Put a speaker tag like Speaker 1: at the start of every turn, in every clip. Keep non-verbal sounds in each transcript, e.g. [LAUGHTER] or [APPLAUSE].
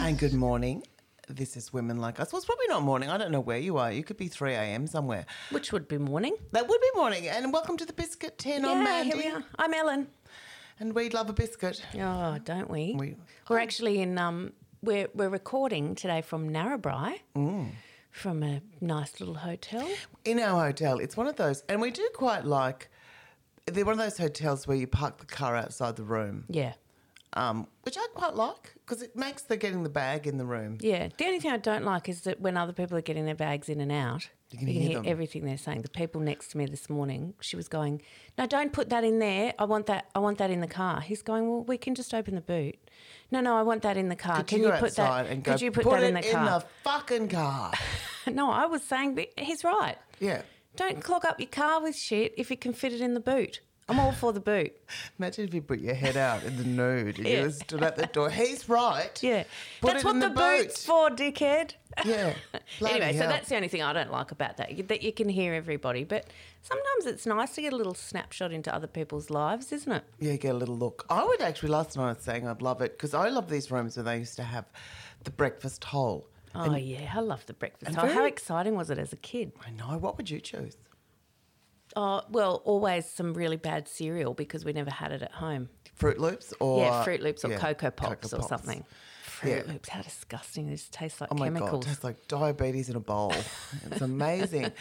Speaker 1: and good morning. This is Women Like Us. Well, it's probably not morning. I don't know where you are. You could be 3 a.m. somewhere.
Speaker 2: Which would be morning.
Speaker 1: That would be morning. And welcome to the Biscuit Tin on
Speaker 2: Yeah, here
Speaker 1: Mandy.
Speaker 2: we are. I'm Ellen.
Speaker 1: And we love a biscuit.
Speaker 2: Oh, don't we?
Speaker 1: We-
Speaker 2: are actually in. Um, we're we're recording today from Narrabri,
Speaker 1: Mm.
Speaker 2: from a nice little hotel.
Speaker 1: in our hotel. It's one of those, and we do quite like. They're one of those hotels where you park the car outside the room,
Speaker 2: Yeah,
Speaker 1: um, which I quite like because it makes the getting the bag in the room.
Speaker 2: yeah. The only thing I don't like is that when other people are getting their bags in and out, you
Speaker 1: can hear them.
Speaker 2: everything they're saying. The people next to me this morning, she was going, "No, don't put that in there. I want that. I want that in the car." He's going, "Well, we can just open the boot." No, no, I want that in the car.
Speaker 1: Could
Speaker 2: can
Speaker 1: you
Speaker 2: you
Speaker 1: go
Speaker 2: put that?
Speaker 1: outside and go,
Speaker 2: could you put, that
Speaker 1: it
Speaker 2: in the car?
Speaker 1: fucking car? [LAUGHS]
Speaker 2: [LAUGHS] no, I was saying, but he's right.
Speaker 1: yeah.
Speaker 2: Don't clog up your car with shit if you can fit it in the boot. I'm all for
Speaker 1: [LAUGHS]
Speaker 2: the boot.
Speaker 1: Imagine if you put your head out in the nude and
Speaker 2: Yeah.
Speaker 1: you stood at the door. He's right.
Speaker 2: Yeah.
Speaker 1: Put
Speaker 2: that's
Speaker 1: it
Speaker 2: what
Speaker 1: in
Speaker 2: the, boot's for, dickhead. [LAUGHS]
Speaker 1: Yeah. Bloody
Speaker 2: anyway, so
Speaker 1: hell.
Speaker 2: that's the only thing I don't like about that, you- that you can hear everybody. But sometimes it's nice to get a little snapshot into other people's lives, isn't it?
Speaker 1: Yeah, get a little look. I would actually, last night I was saying I'd love it because I love these rooms where they used to have the breakfast hole.
Speaker 2: Oh, yeah. I love the breakfast.
Speaker 1: and
Speaker 2: Oh, how
Speaker 1: very-
Speaker 2: exciting was it as a kid?
Speaker 1: I know. What would you choose?
Speaker 2: Oh, well, always some really bad cereal because we never had it at home.
Speaker 1: Fruit Loops or
Speaker 2: yeah, Fruit Loops or
Speaker 1: yeah,
Speaker 2: Cocoa Pops
Speaker 1: Cocoa
Speaker 2: or
Speaker 1: Pops.
Speaker 2: something. Fruit
Speaker 1: Yeah.
Speaker 2: Loops, how disgusting. They just taste like
Speaker 1: Oh my god,
Speaker 2: chemicals.
Speaker 1: tastes like diabetes in a bowl. it's
Speaker 2: [LAUGHS]
Speaker 1: amazing.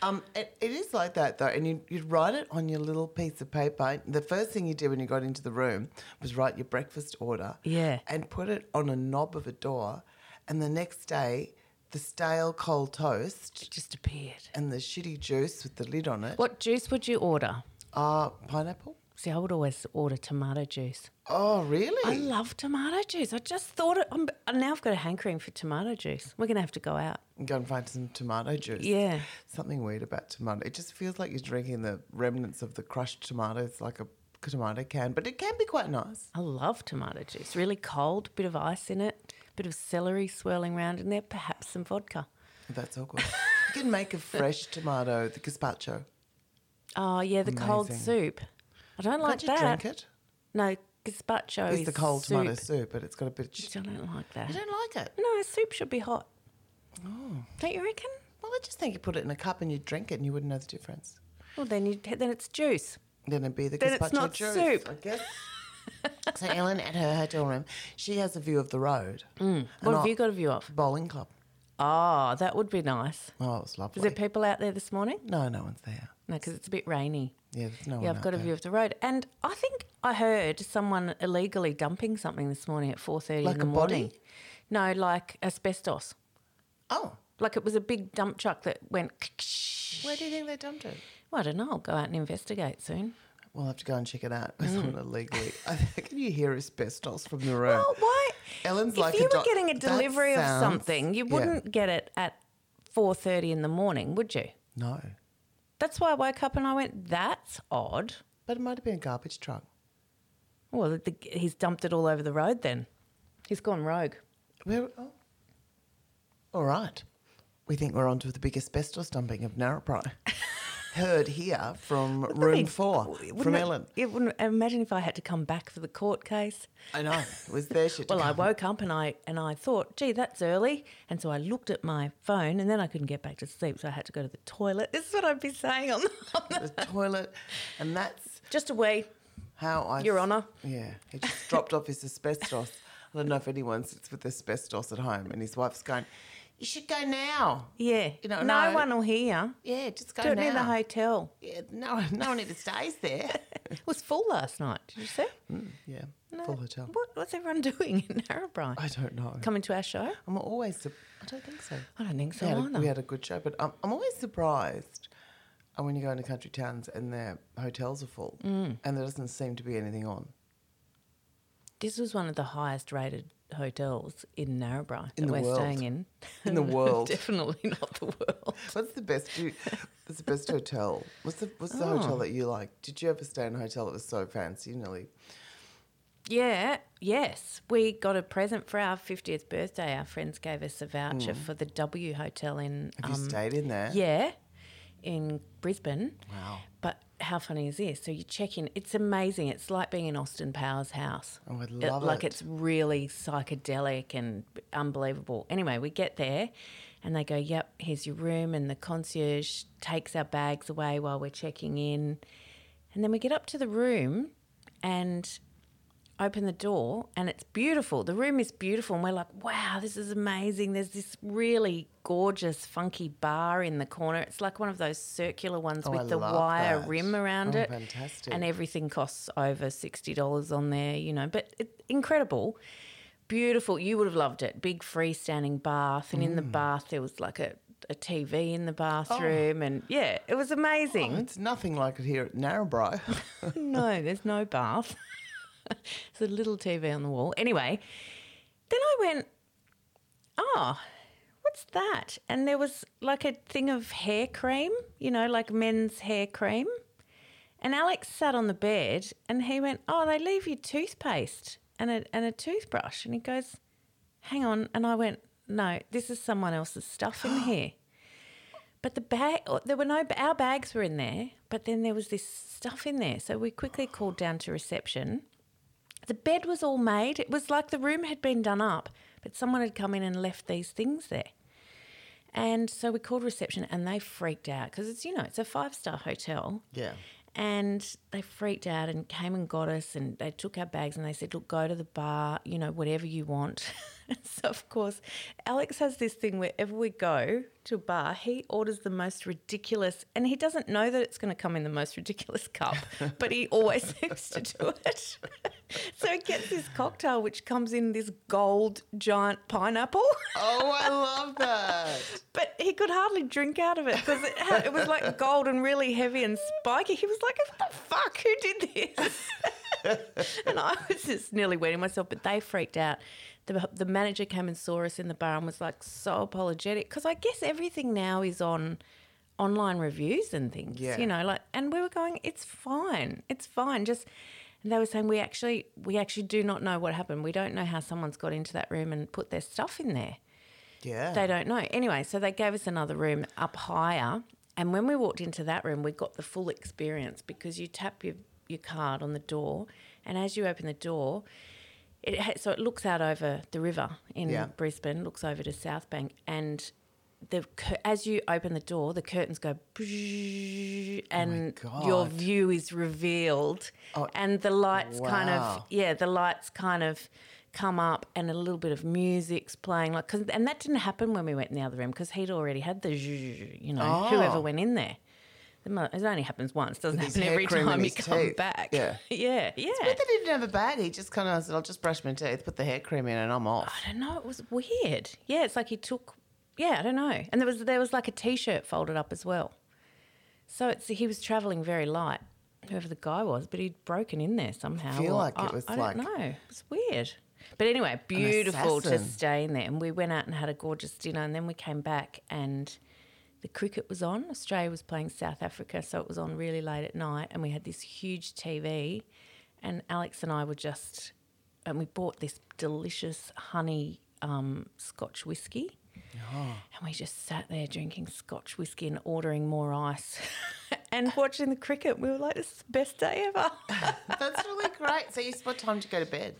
Speaker 1: um, it, it is like that though, and you, you'd write it on your little piece of paper. The first thing you did when you got into the room was write your breakfast order.
Speaker 2: Yeah.
Speaker 1: and put it on a knob of a door, and the next day, the stale cold toast
Speaker 2: It just appeared.
Speaker 1: and the shitty juice with the lid on it
Speaker 2: What juice would you order?
Speaker 1: are pineapple.
Speaker 2: See, I would always order tomato juice.
Speaker 1: Oh,
Speaker 2: I
Speaker 1: really?
Speaker 2: love tomato juice. I just thought it. I'm, now I've got a hankering for tomato juice. We're going to have to go out.
Speaker 1: Go and find some tomato juice.
Speaker 2: Yeah.
Speaker 1: Something weird about tomato. It just feels like you're drinking the remnants of the crushed tomatoes like a tomato can, but it can be quite nice.
Speaker 2: I love tomato juice. Really cold, bit of ice in it, bit of celery swirling around in there, perhaps some vodka.
Speaker 1: That's all good. you can make a fresh tomato, the gazpacho.
Speaker 2: Oh, yeah, the cold
Speaker 1: Amazing.
Speaker 2: soup. I don't like
Speaker 1: Can't you
Speaker 2: that.
Speaker 1: drink it?
Speaker 2: No, gazpacho
Speaker 1: It's
Speaker 2: is
Speaker 1: the cold tomato
Speaker 2: soup.
Speaker 1: soup, but it's got a bit of. ch-
Speaker 2: I don't like that.
Speaker 1: You don't like it? Oh.
Speaker 2: No, soup should be hot. Don't you reckon?
Speaker 1: Well, I just think you put it in a cup and you drink it and you wouldn't know the difference.
Speaker 2: Well, then you then it's juice.
Speaker 1: Then it'd be the
Speaker 2: Then
Speaker 1: gazpacho
Speaker 2: it's not
Speaker 1: juice,
Speaker 2: soup.
Speaker 1: I guess. [LAUGHS] so Ellen at her hotel room, she has a view of the road. Mm.
Speaker 2: What have you got a view of?
Speaker 1: Bowling club.
Speaker 2: Oh, that would be nice.
Speaker 1: Oh, it's lovely.
Speaker 2: Is there people out there this morning?
Speaker 1: No, no one's there.
Speaker 2: No, because it's a bit rainy.
Speaker 1: Yeah, there's Oh, no one.
Speaker 2: Yeah, I've
Speaker 1: out
Speaker 2: got a
Speaker 1: there.
Speaker 2: view of the road, and I think I heard someone illegally dumping something this morning at four thirty
Speaker 1: Like
Speaker 2: in the
Speaker 1: a body?
Speaker 2: morning. No, like asbestos.
Speaker 1: Oh,
Speaker 2: Like it was a big dump truck that went.
Speaker 1: where do you think they dumped it?
Speaker 2: Well, I don't know. I'll go out and investigate soon.
Speaker 1: We'll have to go and check it
Speaker 2: Mm.
Speaker 1: out. [LAUGHS] It's not illegally. I think- Can you hear asbestos from the room?
Speaker 2: Well, Oh, why?
Speaker 1: Ellen's
Speaker 2: if
Speaker 1: like a
Speaker 2: you were
Speaker 1: doc-
Speaker 2: getting a
Speaker 1: that
Speaker 2: delivery of
Speaker 1: sounds-
Speaker 2: something, you
Speaker 1: yeah.
Speaker 2: wouldn't get it at four thirty in the morning, would you?
Speaker 1: No,
Speaker 2: That's why I woke up and I went, "That's odd."
Speaker 1: but it might have been a garbage truck.
Speaker 2: Well, the, the, he's dumped it all over the road. Then he's gone rogue.
Speaker 1: Where? Oh. All right. We think we're onto the big asbestos dumping of
Speaker 2: [LAUGHS]
Speaker 1: Narrabri. Heard here from room
Speaker 2: That'd be-
Speaker 1: four
Speaker 2: wouldn't
Speaker 1: from
Speaker 2: oh, it-
Speaker 1: Ellen.
Speaker 2: It wouldn't, imagine if I had to come back for the court case.
Speaker 1: I know. It was there. She had to
Speaker 2: Well, I
Speaker 1: come.
Speaker 2: woke up and I and I thought, gee, that's early, and so I looked at my phone, and then I couldn't get back to sleep, so I had to go to the toilet. [LAUGHS] This is what I'd be saying on, the- on the,
Speaker 1: the toilet, and that's
Speaker 2: just a wee.
Speaker 1: How I,
Speaker 2: Your Honour.
Speaker 1: Yeah, he just [LAUGHS] dropped off his asbestos. I don't know if anyone sits with asbestos at home, and his wife's going, "You should go now."
Speaker 2: Yeah,
Speaker 1: You don't
Speaker 2: no
Speaker 1: know. Oh,
Speaker 2: one will hear. you.
Speaker 1: Yeah, just go
Speaker 2: Do it
Speaker 1: now.
Speaker 2: near the hotel.
Speaker 1: yeah, no, [LAUGHS] no one ever stays there.
Speaker 2: It was full last night. Did you see?
Speaker 1: [LAUGHS] yeah, Mm, full hotel.
Speaker 2: What, what's everyone [LAUGHS] doing in Narrabri?
Speaker 1: I don't know.
Speaker 2: Coming to our show?
Speaker 1: I'm always. Su- I don't think so.
Speaker 2: I don't think so
Speaker 1: We had, a,
Speaker 2: either.
Speaker 1: we had a good show, but I'm, I'm always surprised uh, when you go into country towns and their hotels are full, and there doesn't seem to be anything on
Speaker 2: This was one of the highest rated hotels in Narrabri
Speaker 1: In
Speaker 2: that
Speaker 1: the
Speaker 2: we're
Speaker 1: world.
Speaker 2: staying in.
Speaker 1: [LAUGHS] in
Speaker 2: [LAUGHS]
Speaker 1: the world.
Speaker 2: Definitely not the world.
Speaker 1: What's the best? You, what's the best hotel? What's the What's
Speaker 2: Oh.
Speaker 1: the hotel that you like? Did you ever stay in a hotel that was so fancy? You nearly
Speaker 2: Yeah, yes. We got a present for our 50th birthday. Our friends gave us a voucher for the W Hotel in. Um,
Speaker 1: have you stayed in there?
Speaker 2: Yeah, in Brisbane.
Speaker 1: Wow.
Speaker 2: But how funny is this? So you check in. It's amazing. It's like being in Austin Powers' house.
Speaker 1: Oh, I love
Speaker 2: Like
Speaker 1: it.
Speaker 2: it's really psychedelic and unbelievable. Anyway, we get there, and they go, "Yep, here's your room." And the concierge takes our bags away while we're checking in, and then we get up to the room, and open the door and it's beautiful. The room is beautiful and we're like, wow, this is amazing. There's this really gorgeous funky bar in the corner. It's like one of those circular ones
Speaker 1: Oh,
Speaker 2: with
Speaker 1: I
Speaker 2: the
Speaker 1: love
Speaker 2: wire
Speaker 1: that.
Speaker 2: rim around
Speaker 1: Oh,
Speaker 2: it.
Speaker 1: fantastic.
Speaker 2: And everything costs over $60 on there, you know, but it, incredible. Beautiful. You would have loved it. Big freestanding bath and in
Speaker 1: Mm.
Speaker 2: the bath there was like a a TV
Speaker 1: Oh.
Speaker 2: in the bathroom, and yeah, it was amazing.
Speaker 1: Mm. It's nothing like it here at Narrabri. [LAUGHS]
Speaker 2: No, there's no bath. [LAUGHS] there's a little TV on the wall. Anyway, then I went, oh, what's that? And there was like a thing of hair cream, you know, like men's hair cream. And Alex sat on the bed and he went, oh, they leave you toothpaste and a, and a toothbrush. And he goes, hang on. And I went, no, this is someone else's stuff in here. But the bag, oh, there were no, our bags were in there, but then there was this stuff in there. So we quickly called down to reception. The bed was all made. It was like the room had been done up, but someone had come in and left these things there. And so we called reception and they freaked out because it's, you know, it's a five star hotel.
Speaker 1: yeah.
Speaker 2: And they freaked out and came and got us and they took our bags and they said, Look, go to the bar, you know, whatever you want. [LAUGHS] so of course, Alex has this thing wherever we go to a bar, he orders the most ridiculous and he doesn't know that it's gonna come in the most ridiculous [LAUGHS] cup, but he always [LAUGHS] seems to do it. [LAUGHS] so he gets this cocktail which comes in this gold giant pineapple. [LAUGHS]
Speaker 1: Oh, I love that.
Speaker 2: But he could hardly drink out of it because it, had, it was like gold and really heavy and spiky. He was like, "What the fuck? Who did this?" [LAUGHS] and I was just nearly wetting myself. But they freaked out. The, the manager came and saw us in the bar and was like so apologetic because I guess everything now is on online reviews and things.
Speaker 1: Yeah.
Speaker 2: You know, like, and we were going, "It's fine. It's fine." Just. And they were saying we actually we actually do not know what happened. We don't know how someone's got into that room and put their stuff in there.
Speaker 1: Yeah.
Speaker 2: They don't know. Anyway, so they gave us another room up higher. And when we walked into that room, we got the full experience because you tap your, your card on the door. And as you open the door, it ha- so it looks out over the river in
Speaker 1: Yeah.
Speaker 2: Brisbane, looks over to South Bank. And the cur- as you open the door, the curtains go and your
Speaker 1: Oh God. Oh,
Speaker 2: view is revealed. and the lights kind of
Speaker 1: wow.
Speaker 2: yeah, the lights kind of come up and a little bit of music's playing like 'cause- and that didn't happen when we went in the other room because he'd already had the zzzz, you know
Speaker 1: Oh.
Speaker 2: whoever went in there The mo- it only happens once doesn't
Speaker 1: With his
Speaker 2: happen
Speaker 1: hair
Speaker 2: every
Speaker 1: cream in
Speaker 2: time you
Speaker 1: his
Speaker 2: come
Speaker 1: teeth.
Speaker 2: back
Speaker 1: Yeah.
Speaker 2: [LAUGHS] yeah yeah
Speaker 1: But they didn't have a bag. He just kind of said, I'll just brush my teeth, put the hair cream in, and I'm off.
Speaker 2: [LAUGHS] I don't know it was weird yeah it's like he took yeah I don't know and there was there was like a t-shirt folded up as well so it's he was traveling very light whoever the guy was but he'd broken in there somehow
Speaker 1: feel
Speaker 2: or-
Speaker 1: like it
Speaker 2: I-
Speaker 1: was
Speaker 2: I
Speaker 1: like-
Speaker 2: don't know it's weird but anyway beautiful to
Speaker 1: assassin.
Speaker 2: stay in there and we went out and had a gorgeous dinner and then we came back and the cricket was on Australia was playing South Africa so it was on really late at night and we had this huge TV and Alex and I were just and we bought this delicious honey um, Scotch whiskey. And we just sat there drinking scotch whiskey and ordering more ice [LAUGHS] and watching the cricket. We were like, this is the best day ever. [LAUGHS]
Speaker 1: That's really great. So, you, what time did you go to bed?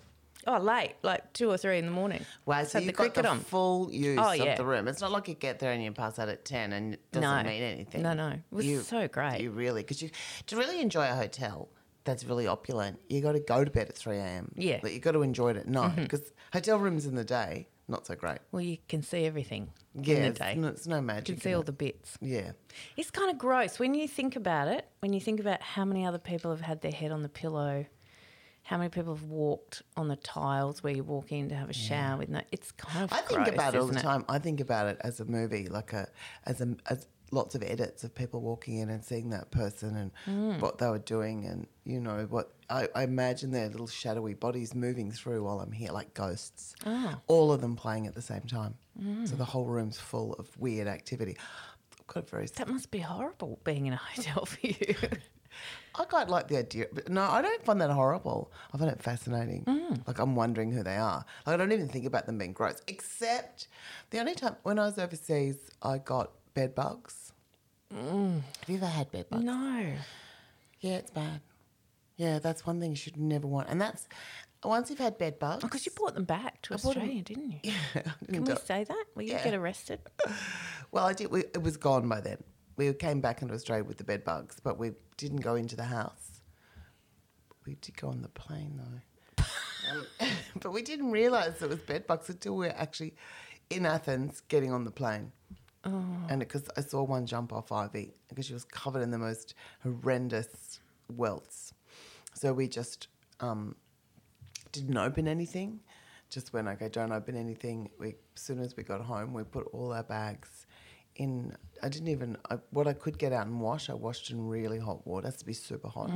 Speaker 2: oh, late, like two or three in the morning.
Speaker 1: Wow,
Speaker 2: Just
Speaker 1: so
Speaker 2: had
Speaker 1: you got the full use
Speaker 2: Oh, yeah.
Speaker 1: of the room. It's not like you get there and you pass out at 10 and it doesn't
Speaker 2: No.
Speaker 1: mean anything.
Speaker 2: No, no. It was so great.
Speaker 1: You really, because you, to really enjoy a hotel that's really opulent, you got to go to bed at 3 a.m.
Speaker 2: Yeah. Mm-hmm.
Speaker 1: Like, you got to enjoy it at night because hotel rooms in the day, not so great.
Speaker 2: well, you can see everything
Speaker 1: Yeah,
Speaker 2: in the
Speaker 1: it's,
Speaker 2: day.
Speaker 1: No, it's no
Speaker 2: you
Speaker 1: magic.
Speaker 2: can see
Speaker 1: in
Speaker 2: all
Speaker 1: it.
Speaker 2: the bits.
Speaker 1: Yeah.
Speaker 2: It's kind of gross when you think about it. When you think about how many other people have had their head on the pillow, how many people have walked on the tiles where you walk in to have a shower with no. It's kind of.
Speaker 1: I think
Speaker 2: gross,
Speaker 1: about it all the
Speaker 2: isn't
Speaker 1: time. I think about it as a movie, like a as a as lots of edits of people walking in and seeing that person and what they were doing, and you know what I, I imagine their little shadowy bodies moving through while I'm here, like ghosts. All of them playing at the same time, so the whole room's full of weird activity. I've got a very.
Speaker 2: That must be horrible being in a hotel for
Speaker 1: [LAUGHS]
Speaker 2: you.
Speaker 1: I quite like the idea. But no, I don't find that horrible. I find it fascinating.
Speaker 2: Mm.
Speaker 1: Like I'm wondering who they are. Like I don't even think about them being gross. Except the only time when I was overseas,
Speaker 2: Mm.
Speaker 1: I got bed bugs. Have you ever had bed bugs?
Speaker 2: [LAUGHS] no.
Speaker 1: Yeah, it's bad. Yeah, that's one thing you should never want. And that's once you've had bed bugs.
Speaker 2: Because Oh, you bought them back to
Speaker 1: bought 'em-
Speaker 2: Australia, didn't you?
Speaker 1: [LAUGHS] Yeah,
Speaker 2: Can we say that? Will you
Speaker 1: Yeah.
Speaker 2: get arrested?
Speaker 1: Well, I did. We, it was gone by then. We came back into Australia with the bed bugs, but we didn't go into the house. We did go on the plane though, Um, [LAUGHS] but we didn't realise it was bed bugs until we were actually in Athens getting on the plane. And because I saw one jump off Ivy because she was covered in the most horrendous welts, so we just um, didn't open anything. Just went, okay, don't open anything. We, as soon as we got home, we put all our bags in. I didn't even, I, what I could get out and wash, I washed in really hot water. It has to be super hot.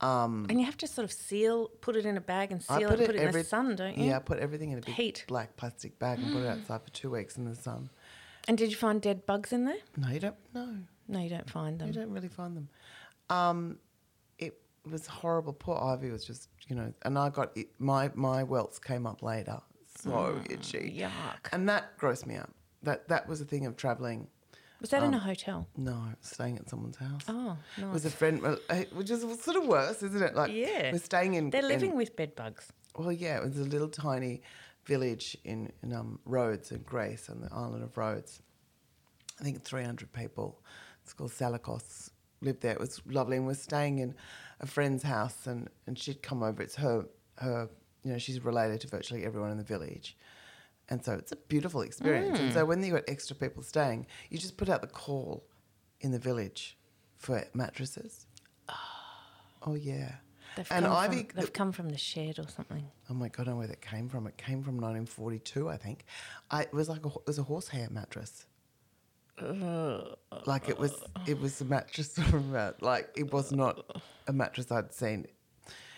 Speaker 1: Um,
Speaker 2: and you have to sort of seal, put it in a bag and seal
Speaker 1: I
Speaker 2: it, put it in the sun, don't you?
Speaker 1: Yeah, I put everything in a big
Speaker 2: Heat. Mm.
Speaker 1: black plastic bag and put it outside for two weeks in the sun.
Speaker 2: And did you find dead bugs in there?
Speaker 1: No, you don't, no,
Speaker 2: No, you don't find them.
Speaker 1: you don't really find them. Um, it was horrible. Poor Ivy was just, you know, and I got, it, my, my welts came up later. So itchy.
Speaker 2: Mm. Yuck.
Speaker 1: And that grossed me out. That that was a thing of traveling.
Speaker 2: Was that in a hotel?
Speaker 1: No, staying at someone's house.
Speaker 2: Oh,
Speaker 1: It
Speaker 2: nice.
Speaker 1: Um, Was a friend, well, eh, which is sort of worse, isn't it? Like,
Speaker 2: Yeah.
Speaker 1: we're staying in.
Speaker 2: They're
Speaker 1: in-
Speaker 2: living with bed bugs.
Speaker 1: well, yeah, it was a little tiny village in, in um, Rhodes and Grace on the island of Rhodes. I think 300 people. It's called Salakos. Lived there. It was lovely, and we're staying in a friend's house, and, and she'd come over. It's her her you know she's related to virtually everyone in the village, and so it's a beautiful experience. And
Speaker 2: Mm.
Speaker 1: so when you got extra people staying, you just put out the call in the village for mattresses. Oh, yeah.
Speaker 2: Ah. They've,
Speaker 1: and
Speaker 2: come,
Speaker 1: Ivy,
Speaker 2: from, they've come from the shed or something.
Speaker 1: Oh my god, I know where that came from. It came from 1942, I think. I, it was like a, ho- it was a horsehair mattress.
Speaker 2: Uh,
Speaker 1: Like it was, it was a mattress [LAUGHS] from a- like it was not a mattress I'd seen,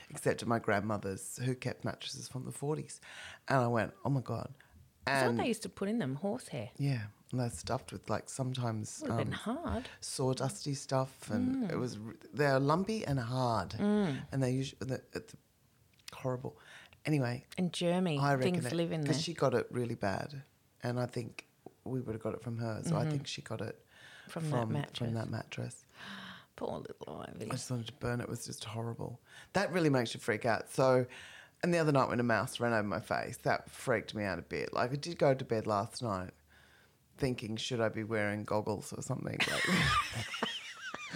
Speaker 1: except at my grandmother's, who kept mattresses from the 40s. And I went, oh my god,
Speaker 2: I thought
Speaker 1: and
Speaker 2: they used to put in them horsehair.
Speaker 1: yeah, and they're stuffed with like sometimes um,
Speaker 2: Would have been Mm. hard.
Speaker 1: sawdusty stuff, and it was r- they're lumpy and hard,
Speaker 2: Mm.
Speaker 1: and they usually the, it's horrible. Anyway,
Speaker 2: And germy
Speaker 1: I reckon
Speaker 2: things live in there.
Speaker 1: because she got it really bad, and I think we would have got it from her. So I think she got it
Speaker 2: Mm-hmm. From that mattress.
Speaker 1: From that mattress.
Speaker 2: Poor little Ivy.
Speaker 1: I just wanted to burn it. It was just horrible. That really makes you freak out. So, and the other night when a mouse ran over my face, that freaked me out a bit. Like I did go to bed last night thinking, should I be wearing goggles or something?
Speaker 2: [LAUGHS]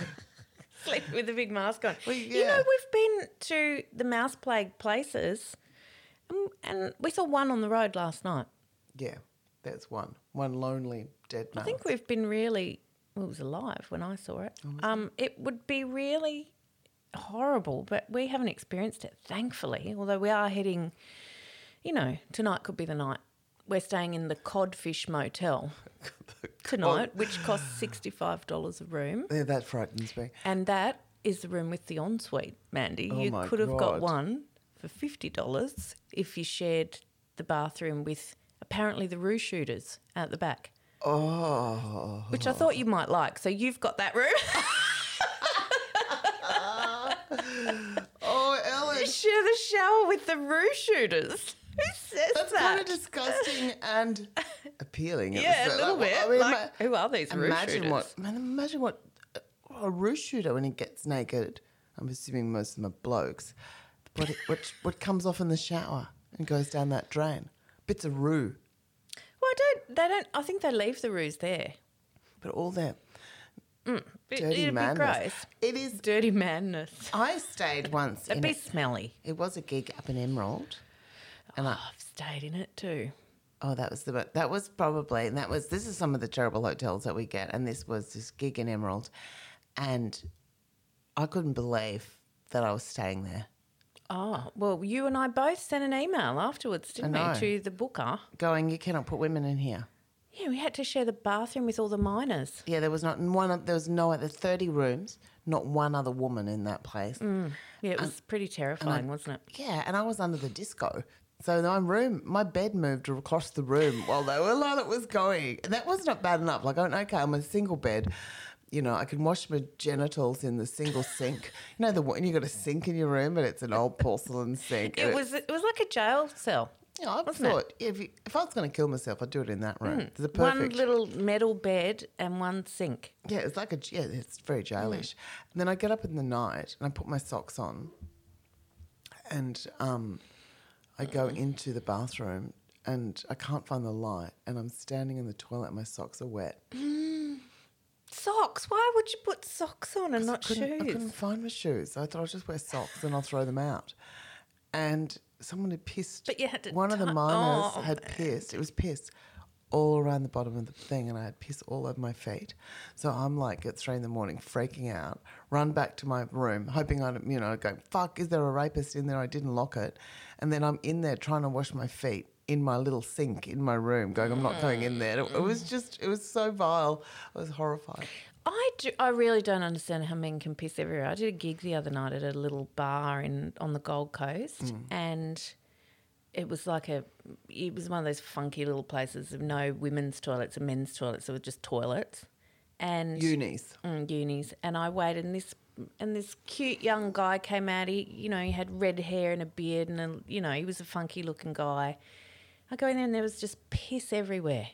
Speaker 1: Like,
Speaker 2: [LAUGHS] Sleep with a big mask on.
Speaker 1: Well,
Speaker 2: You
Speaker 1: yeah.
Speaker 2: know, we've been to the mouse plague places and, and we saw one on the road last night.
Speaker 1: yeah, that's one. One lonely dead mouse.
Speaker 2: I think we've been really, well, it was alive when I saw it.
Speaker 1: Oh,
Speaker 2: um, it would be really horrible, but we haven't experienced it, thankfully, although we are heading, you know, tonight could be the night. We're staying in the
Speaker 1: [LAUGHS]
Speaker 2: Codfish Motel tonight,
Speaker 1: [SIGHS]
Speaker 2: which costs $65 a room.
Speaker 1: yeah, that frightens me.
Speaker 2: And that is the room with the ensuite, Mandy.
Speaker 1: Oh
Speaker 2: you
Speaker 1: my
Speaker 2: could have got
Speaker 1: God.
Speaker 2: one for fifty dollars if you shared the bathroom with apparently the roo shooters at the back,
Speaker 1: Oh,
Speaker 2: which I thought you might like. So you've got
Speaker 1: [LAUGHS]
Speaker 2: that room.
Speaker 1: oh, Ellen.
Speaker 2: Share the shower with the roo shooters. [LAUGHS] Who says
Speaker 1: That's
Speaker 2: that?
Speaker 1: kind of disgusting and
Speaker 2: [LAUGHS]
Speaker 1: appealing. at the
Speaker 2: yeah, a
Speaker 1: same-
Speaker 2: little
Speaker 1: like,
Speaker 2: bit.
Speaker 1: I mean,
Speaker 2: like, who are these
Speaker 1: ima-
Speaker 2: roo
Speaker 1: imagine
Speaker 2: shooters?
Speaker 1: what, man, imagine what uh, a roof shooter when he gets naked. I'm assuming most of them are blokes. What, it-
Speaker 2: [LAUGHS]
Speaker 1: what, what comes off in the shower and goes down that drain? Bits of roo,
Speaker 2: Well, I don't. They don't. I think they leave the roos there.
Speaker 1: but all that
Speaker 2: It,
Speaker 1: dirty
Speaker 2: it'd be
Speaker 1: madness.
Speaker 2: gross.
Speaker 1: It is.
Speaker 2: Dirty madness.
Speaker 1: I stayed once.
Speaker 2: It'd
Speaker 1: In
Speaker 2: be
Speaker 1: a,
Speaker 2: smelly.
Speaker 1: it was a gig up in Emerald. And I,
Speaker 2: Oh, I've stayed in it too.
Speaker 1: Oh, that was the mo- that was probably and that was this is some of the terrible hotels that we get, and this was this gig in Emerald, and I couldn't believe that I was staying there.
Speaker 2: Oh, well, you and I both sent an email afterwards, didn't
Speaker 1: know.
Speaker 2: we, to the booker?
Speaker 1: Going, you cannot put women in here.
Speaker 2: Yeah, we had to share the bathroom with all the minors.
Speaker 1: Yeah, there was not one. oth- There was no other thirty rooms, not one other woman in that place.
Speaker 2: Yeah, it was pretty terrifying, wasn't it?
Speaker 1: Yeah, and I was under the disco. So my room, my bed moved across the room while they were while it was going, and that was not bad enough. Like, I went, okay, I'm in a single bed. You know, I can wash my genitals in the single sink. You know, the one you got a sink in your room, but it's an old porcelain sink. and
Speaker 2: It was it was like a jail cell.
Speaker 1: Yeah, I've
Speaker 2: Wasn't it? Hmm.
Speaker 1: thought if, you- if I was going to kill myself, I'd do it in that room. It's the perfect.
Speaker 2: One little metal bed and one sink.
Speaker 1: Yeah, it's like a yeah, it's very jailish. And then I get up in the night and I put my socks on, and um, I go into the bathroom and I can't find the light, and I'm standing in the toilet. and My socks are wet.
Speaker 2: Socks. Why would you put socks on and not
Speaker 1: couldn't, I couldn't
Speaker 2: shoes?
Speaker 1: find my shoes. I thought I'll just wear socks and I'll throw them out. And someone had pissed.
Speaker 2: But you had to
Speaker 1: one of the
Speaker 2: tou-
Speaker 1: miners
Speaker 2: Oh,
Speaker 1: had pissed. It was piss all around the bottom of the thing, and I had piss all over my feet. So I'm like at three in the morning, freaking out. Run back to my room, hoping I'd you know go fuck. Is there a rapist in there? I didn't lock it, and then I'm in there trying to wash my feet. In my little sink in my room, going, I'm not going in there. It it
Speaker 2: Mm.
Speaker 1: was just, it was so vile. I was horrified.
Speaker 2: I do, I really don't understand how men can piss everywhere. I did a gig the other night at a little bar in on the Gold Coast, and it was like a it was one of those funky little places of no women's toilets and men's toilets. There were just toilets, and
Speaker 1: Unis.
Speaker 2: mm, unis and I waited and this and this cute young guy came out he you know he had red hair and a beard and a, you know he was a funky looking guy I go in there and there was just piss everywhere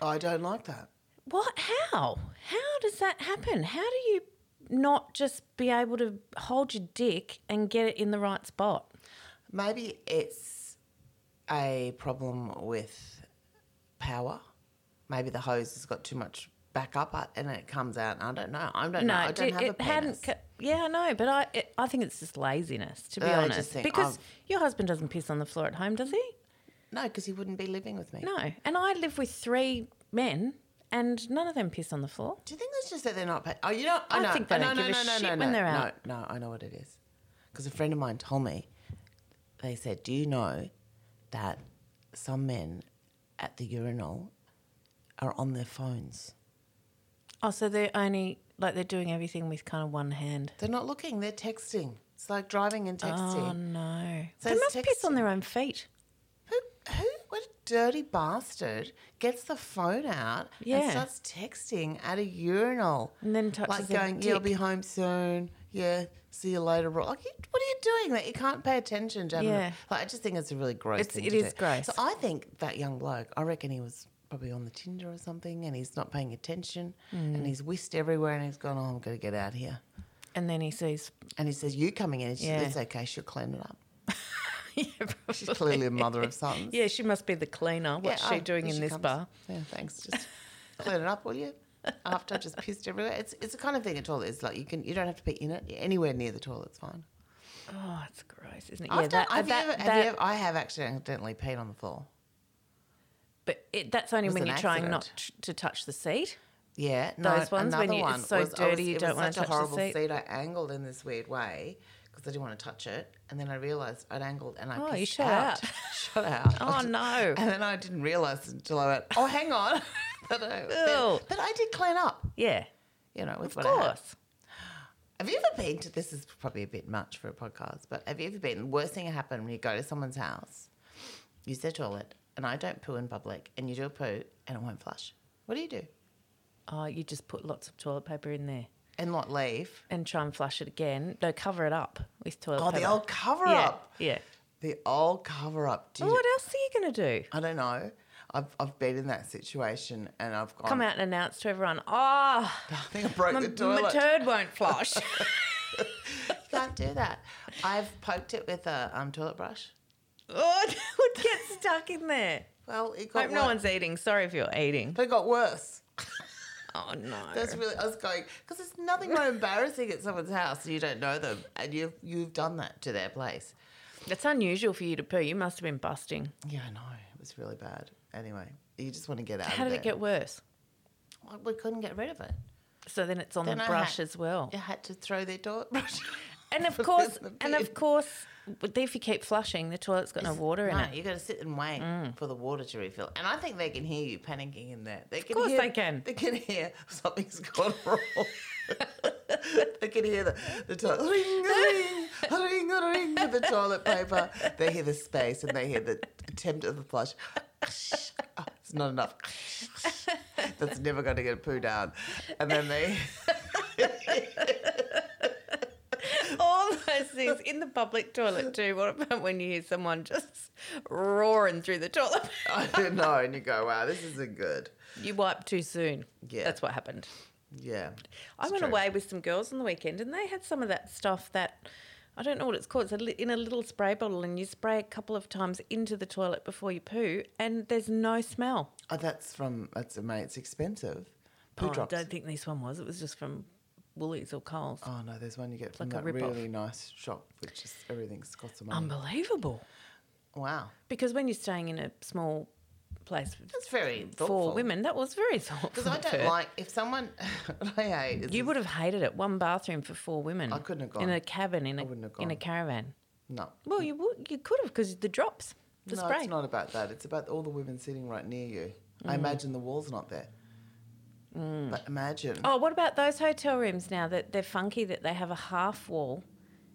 Speaker 1: I don't like that.
Speaker 2: what how how does that happen how do you not just be able to hold your dick and get it in the right spot
Speaker 1: Maybe it's a problem with power. Maybe the hose has got too much backup uh, and it comes out. I don't know. I don't know. I don't
Speaker 2: it-
Speaker 1: have
Speaker 2: it
Speaker 1: a penis.
Speaker 2: co- yeah, I know, but I it, I think it's just laziness, to be
Speaker 1: I just
Speaker 2: honest.
Speaker 1: think
Speaker 2: Because
Speaker 1: I've-
Speaker 2: your husband doesn't piss on the floor at home, does he?
Speaker 1: no, because he wouldn't be living with me.
Speaker 2: No. And I live with three men and none of them piss on the floor.
Speaker 1: Do you think that's just that they're not paying? Oh, you know, I,
Speaker 2: I
Speaker 1: know.
Speaker 2: think they
Speaker 1: I know,
Speaker 2: don't give
Speaker 1: no,
Speaker 2: a
Speaker 1: no, no,
Speaker 2: shit
Speaker 1: no,
Speaker 2: when
Speaker 1: no,
Speaker 2: they're
Speaker 1: no,
Speaker 2: out.
Speaker 1: No, I know what it is. Because a friend of mine told me, they said, Do you know that some men at the urinal are on their phones?
Speaker 2: Oh, so they're only like they're doing everything with kind of one hand.
Speaker 1: They're not looking, they're texting. It's like driving and texting.
Speaker 2: Oh no.
Speaker 1: So
Speaker 2: they
Speaker 1: it's
Speaker 2: must piss on
Speaker 1: texting.
Speaker 2: their own feet.
Speaker 1: Who, who, what a dirty bastard gets the phone out and
Speaker 2: Yeah.
Speaker 1: starts texting at a urinal
Speaker 2: And then touches
Speaker 1: like
Speaker 2: their
Speaker 1: going, "Yeah, I'll
Speaker 2: dick."
Speaker 1: be home soon. Yeah, see you later." bro." Like, you, what are you doing? That you can't pay attention to. having a-
Speaker 2: Yeah.
Speaker 1: like, I just think it's a really gross.
Speaker 2: It's-
Speaker 1: thing
Speaker 2: it
Speaker 1: to
Speaker 2: is
Speaker 1: do.
Speaker 2: gross.
Speaker 1: So I think that young bloke. I reckon he was probably on the Tinder or something, and he's not paying attention,
Speaker 2: Hmm.
Speaker 1: and he's whisked everywhere, and he's gone, "Oh, I'm going to get out here."
Speaker 2: And then he sees [LAUGHS]
Speaker 1: And he says, "You coming in?" And she
Speaker 2: Yeah.
Speaker 1: "It's okay. She'll clean it up."
Speaker 2: yeah,
Speaker 1: She's clearly a mother of sons.
Speaker 2: Yeah, she must be the cleaner. What's
Speaker 1: Yeah,
Speaker 2: she
Speaker 1: oh,
Speaker 2: doing
Speaker 1: here
Speaker 2: in
Speaker 1: she
Speaker 2: this
Speaker 1: comes.
Speaker 2: bar?
Speaker 1: Yeah, thanks. Just clean it up, will you? After I just pissed everywhere. It's it's the kind of thing a toilet is like you can you don't have to pee in it anywhere near the toilet's fine.
Speaker 2: Oh, it's gross, isn't it?
Speaker 1: I've done,
Speaker 2: Yeah, that,
Speaker 1: have
Speaker 2: that,
Speaker 1: you ever, have
Speaker 2: that-
Speaker 1: you ever, I have actually accidentally peed on the floor.
Speaker 2: but it, that's only
Speaker 1: was
Speaker 2: when
Speaker 1: an
Speaker 2: you're trying not t- to touch the seat.
Speaker 1: Yeah, no,
Speaker 2: Those ones when
Speaker 1: another
Speaker 2: you- it's
Speaker 1: one
Speaker 2: so
Speaker 1: was, I was-
Speaker 2: dirty you
Speaker 1: it was
Speaker 2: don't wanna
Speaker 1: such
Speaker 2: touch
Speaker 1: a
Speaker 2: the
Speaker 1: horrible
Speaker 2: seat.
Speaker 1: I angled in this weird way because I didn't want to touch it, and then I realised I'd angled and I
Speaker 2: Oh,
Speaker 1: pissed
Speaker 2: you shut
Speaker 1: out.
Speaker 2: out.
Speaker 1: [LAUGHS] shut out. I
Speaker 2: Oh
Speaker 1: just-
Speaker 2: no.
Speaker 1: And then I didn't realise until I went, oh, hang on. [LAUGHS] that I, that,
Speaker 2: Ew.
Speaker 1: that I did clean up,
Speaker 2: Yeah,
Speaker 1: you know, with
Speaker 2: of
Speaker 1: what I had.
Speaker 2: course.
Speaker 1: Have you ever been to this? Is probably a bit much for a podcast, but have you ever been? The worst thing that happened when you go to someone's house, use their toilet, and I don't poo in public, and you do a poo, and it won't flush. What do you do?
Speaker 2: Oh, you just put lots of toilet paper in there
Speaker 1: And not leave?
Speaker 2: and try and flush it again. No, cover it up with toilet
Speaker 1: Oh,
Speaker 2: paper.
Speaker 1: the old cover
Speaker 2: yeah,
Speaker 1: up.
Speaker 2: Yeah.
Speaker 1: The old cover up. Do
Speaker 2: Well,
Speaker 1: you-
Speaker 2: what else are you going to do?
Speaker 1: I don't know. I've I've been in that situation, and I've gone.
Speaker 2: Come out and announce to everyone,
Speaker 1: [LAUGHS]
Speaker 2: oh,
Speaker 1: I think I broke
Speaker 2: my,
Speaker 1: Um, the
Speaker 2: my
Speaker 1: toilet. [LAUGHS]
Speaker 2: turd won't flush. [LAUGHS]
Speaker 1: Can't do that. I've poked it with a um, toilet brush.
Speaker 2: oh, it would get stuck in there.
Speaker 1: Well, it got
Speaker 2: Hope no
Speaker 1: wor-
Speaker 2: one's eating. Sorry if you're eating.
Speaker 1: But it got worse.
Speaker 2: Oh, no.
Speaker 1: That's really. I was going because there's nothing more embarrassing at someone's house and you don't know them, and you've you've done that to their place.
Speaker 2: That's unusual for you to poo. You must have been busting.
Speaker 1: Yeah, I know it was really bad. Anyway, you just want to get out.
Speaker 2: How
Speaker 1: of
Speaker 2: did
Speaker 1: there.
Speaker 2: it get worse?
Speaker 1: Well, we couldn't get rid of it.
Speaker 2: So then it's on
Speaker 1: Then
Speaker 2: the
Speaker 1: I
Speaker 2: brush
Speaker 1: had-
Speaker 2: as well.
Speaker 1: You had to throw their [LAUGHS] toilet brush.
Speaker 2: And [LAUGHS] of
Speaker 1: Put it
Speaker 2: course,
Speaker 1: in the
Speaker 2: and
Speaker 1: bin.
Speaker 2: of course, but if you keep flushing, the toilet's got no water in
Speaker 1: no,
Speaker 2: it. Mm.
Speaker 1: you got to sit and wait for the water to refill. And I think they can hear you panicking in there. They can
Speaker 2: course
Speaker 1: hear,
Speaker 2: they can.
Speaker 1: They can hear [LAUGHS] something's gone [LAUGHS] wrong. they can hear the, the toilet [LAUGHS] ring, ring, ring, ring of the toilet paper. They hear the space and they hear the attempt of the flush. [LAUGHS] Oh, it's not enough. [LAUGHS] That's never going to get poo down. And then they.
Speaker 2: All those these in the public toilet too. What about when you hear someone just roaring through the [LAUGHS] toilet?
Speaker 1: [LAUGHS] I don't know. And you go, wow, this isn't good.
Speaker 2: Oh, you wiped too soon.
Speaker 1: Yeah.
Speaker 2: That's what happened.
Speaker 1: Yeah.
Speaker 2: I
Speaker 1: it's
Speaker 2: went
Speaker 1: true.
Speaker 2: away with some girls on the weekend and they had some of that stuff that I don't know what it's called. It's a li- in a little spray bottle and you spray a couple of times into the toilet before you poo and there's no smell.
Speaker 1: Oh, that's from, that's, mate, it's expensive. Poo
Speaker 2: Oh,
Speaker 1: drops.
Speaker 2: I don't think this one was. It was just from Woolies or Coles.
Speaker 1: Oh no, there's one you get from
Speaker 2: like a
Speaker 1: that
Speaker 2: rip-off.
Speaker 1: really nice shop, which is everything's got some. on.
Speaker 2: Unbelievable.
Speaker 1: wow,
Speaker 2: Because when you're staying in a small place
Speaker 1: that's very
Speaker 2: for women, that was very [LAUGHS] thoughtful.
Speaker 1: [LAUGHS] Because I
Speaker 2: of her.
Speaker 1: don't like if someone [LAUGHS] what I hate. Is
Speaker 2: You would have hated it. One bathroom for four women.
Speaker 1: I couldn't have
Speaker 2: in
Speaker 1: gone.
Speaker 2: a cabin in a
Speaker 1: wouldn't have
Speaker 2: in a
Speaker 1: gone.
Speaker 2: caravan.
Speaker 1: no.
Speaker 2: Well, you would you could have because the drops, the
Speaker 1: no,
Speaker 2: spray.
Speaker 1: it's not about that. It's about all the women sitting right near you. I imagine the wall's not there. But imagine.
Speaker 2: Oh, what about those hotel rooms now that they're funky that they have a half wall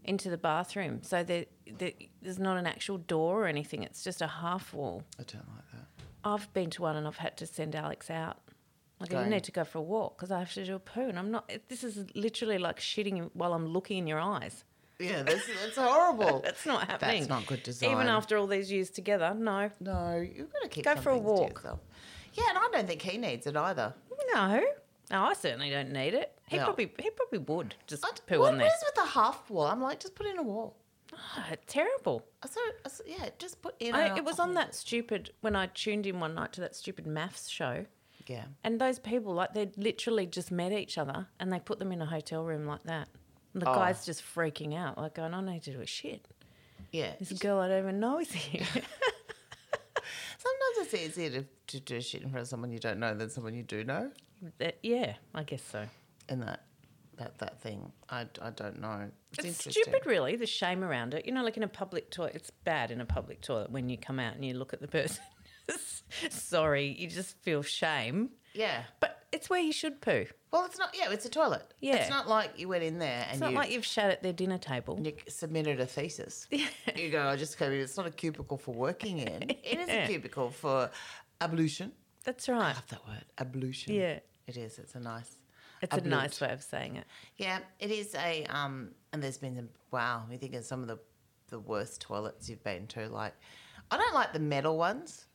Speaker 2: into the bathroom, so there there- there's not an actual door or anything. It's just a half wall.
Speaker 1: I don't like that.
Speaker 2: I've been to one and I've had to send Alex out. Like I
Speaker 1: Going.
Speaker 2: need to go for a walk because I have to do a poo, and I'm not. it- This is literally like shitting you while I'm looking in your eyes.
Speaker 1: Yeah, that's, that's [LAUGHS] horrible.
Speaker 2: That's not happening.
Speaker 1: not good
Speaker 2: Even
Speaker 1: design.
Speaker 2: after all these years together, no,
Speaker 1: no, you've got to keep
Speaker 2: Go
Speaker 1: some
Speaker 2: for a
Speaker 1: things to
Speaker 2: walk.
Speaker 1: yourself. Yeah, and I don't think he needs it either.
Speaker 2: no, no. I certainly don't need it. He
Speaker 1: No.
Speaker 2: probably he probably would just
Speaker 1: I,
Speaker 2: poo
Speaker 1: what
Speaker 2: on
Speaker 1: what
Speaker 2: there.
Speaker 1: is with the half wall? I'm like, just put in a wall.
Speaker 2: Oh, terrible.
Speaker 1: I saw, I saw- yeah, just put in.
Speaker 2: I,
Speaker 1: a-
Speaker 2: it was on that stupid when I tuned in one night to that stupid maths show,
Speaker 1: Yeah.
Speaker 2: and those people like they literally just met each other and they put them in a hotel room like that. And the
Speaker 1: Oh.
Speaker 2: guy's just freaking out, like going, "I need to do a shit."
Speaker 1: Yeah.
Speaker 2: This girl I don't even know is here.
Speaker 1: [LAUGHS] Sometimes it's easier to, to do shit in front of someone you don't know than someone you do know.
Speaker 2: That- yeah, I guess so.
Speaker 1: And that that that thing, I, I don't know. It's,
Speaker 2: It's
Speaker 1: interesting.
Speaker 2: stupid, really. The shame around it, you know, like in a public toilet, it's bad in a public toilet when you come out and you look at the person. [LAUGHS] Sorry, you just feel shame,
Speaker 1: Yeah.
Speaker 2: but it's where you should poo.
Speaker 1: Well, it's not. Yeah, it's a toilet.
Speaker 2: Yeah.
Speaker 1: It's not like you went in there and
Speaker 2: It's not
Speaker 1: you,
Speaker 2: like you've shat at their dinner table.
Speaker 1: you submitted a
Speaker 2: [LAUGHS]
Speaker 1: thesis. you go. I just came in. It's not a cubicle for working
Speaker 2: [LAUGHS]
Speaker 1: in. It is
Speaker 2: Yeah.
Speaker 1: a cubicle for ablution.
Speaker 2: That's right.
Speaker 1: Love that word, ablution.
Speaker 2: Yeah.
Speaker 1: It is. It's a nice.
Speaker 2: It's a
Speaker 1: ablut.
Speaker 2: nice way of saying it.
Speaker 1: Yeah, it is a um, and there's been some wow. You think of some of the the worst toilets you've been to. Like, I don't like the metal ones,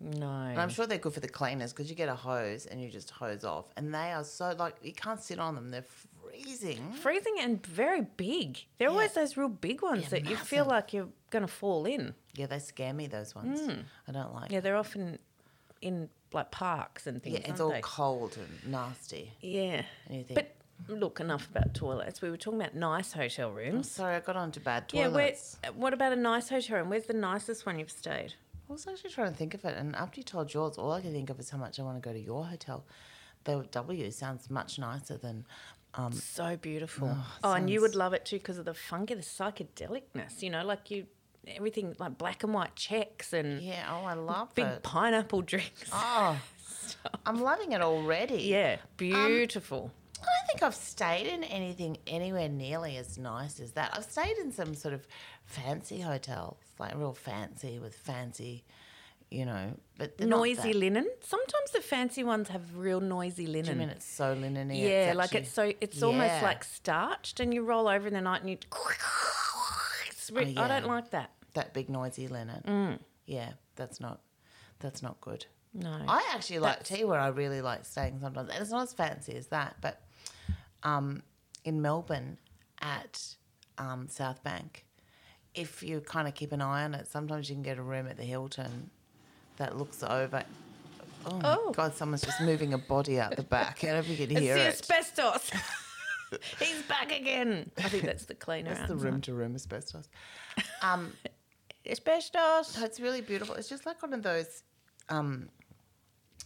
Speaker 2: No.
Speaker 1: and I'm sure they're good for the cleaners because you get a hose and you just hose off, and they are so like you can't sit on them. They're freezing.
Speaker 2: Freezing and very big. They're always those real big ones that you feel
Speaker 1: massive.
Speaker 2: like you're going to fall in.
Speaker 1: Yeah, they scare me. Those ones. I don't like.
Speaker 2: Mm. Yeah, they're often in like parks and things.
Speaker 1: Yeah, it's
Speaker 2: aren't
Speaker 1: all
Speaker 2: they?
Speaker 1: cold and nasty.
Speaker 2: Yeah.
Speaker 1: And you think,
Speaker 2: But look, enough about toilets. We were talking about nice hotel rooms.
Speaker 1: sorry, I got onto bad
Speaker 2: Yeah, where,
Speaker 1: toilets.
Speaker 2: uh, what about a nice hotel room? Where's the nicest one you've stayed?
Speaker 1: I was actually trying to think of it, and after you told yours, all I can think of is how much I want to go to your hotel. The W sounds much nicer than um,
Speaker 2: So beautiful.
Speaker 1: Oh,
Speaker 2: Oh, and you
Speaker 1: sounds-
Speaker 2: would love it too because of the funky, the psychedelicness, you know, like you, everything like black and white checks and
Speaker 1: Yeah, oh, I love
Speaker 2: big
Speaker 1: it.
Speaker 2: pineapple [LAUGHS] drinks.
Speaker 1: Oh, [LAUGHS] Um, I'm loving it already.
Speaker 2: Yeah, beautiful.
Speaker 1: I don't think I've stayed in anything anywhere nearly as nice as that. I've stayed in some sort of fancy hotels, like real fancy with fancy, you know, but they're not
Speaker 2: noisy
Speaker 1: that.
Speaker 2: linen. Sometimes the fancy ones have real noisy
Speaker 1: I
Speaker 2: linen.
Speaker 1: mean, it's so linen
Speaker 2: yeah, like it's so it's almost
Speaker 1: Yeah.
Speaker 2: like starched, and you roll over in the night and you. It's re-
Speaker 1: Oh,
Speaker 2: I don't
Speaker 1: yeah.
Speaker 2: like that.
Speaker 1: that big noisy linen. Mm. Yeah, that's not that's not good.
Speaker 2: No.
Speaker 1: I actually like
Speaker 2: That's-
Speaker 1: tea where I really like staying sometimes, and it's not as fancy as that. But um, in Melbourne, at um, South Bank, if you kind of keep an eye on it, sometimes you can get a room at the Hilton that looks over. Oh, my
Speaker 2: Oh.
Speaker 1: God! Someone's just moving a body out the back. I don't know if you can
Speaker 2: it's
Speaker 1: hear it.
Speaker 2: the asbestos. [LAUGHS] He's back again. I think that's the cleaner.
Speaker 1: That's the
Speaker 2: outside.
Speaker 1: room to room asbestos. Um, [LAUGHS]
Speaker 2: Asbestos.
Speaker 1: So Oh, it's really beautiful. It's just like one of those, um,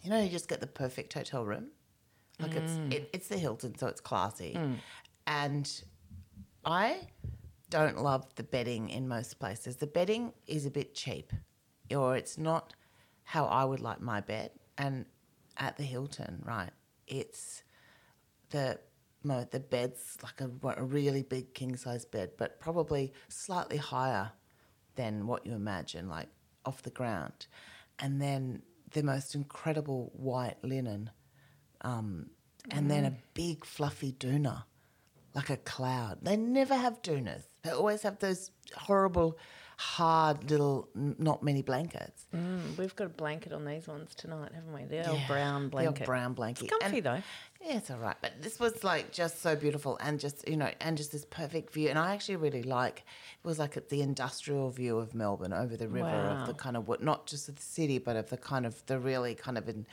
Speaker 1: you know, you just get the perfect hotel room. Like it's it, it's the Hilton, so it's classy. And I don't love the bedding in most places. The bedding is a bit cheap, or it's not how I would like my bed. And at the Hilton, right, it's the mo the bed's like a, a really big king size bed, but probably slightly higher than what you imagine, like off the ground. And then the most incredible white linen, um, and then a big fluffy doona, like a cloud. They never have doonas. They always have those horrible, hard little, n- not many blankets.
Speaker 2: Mm, we've got a blanket on these ones tonight, haven't we? The old
Speaker 1: Yeah,
Speaker 2: brown
Speaker 1: the old
Speaker 2: blanket.
Speaker 1: brown blanket.
Speaker 2: Comfy
Speaker 1: And-
Speaker 2: though.
Speaker 1: Yeah, it's all right. But this was like just so beautiful and just, you know, and just this perfect view. And I actually really like it was like the industrial view of Melbourne over the river
Speaker 2: Wow.
Speaker 1: of the kind of what not just of the city, but of the kind of the really kind of in,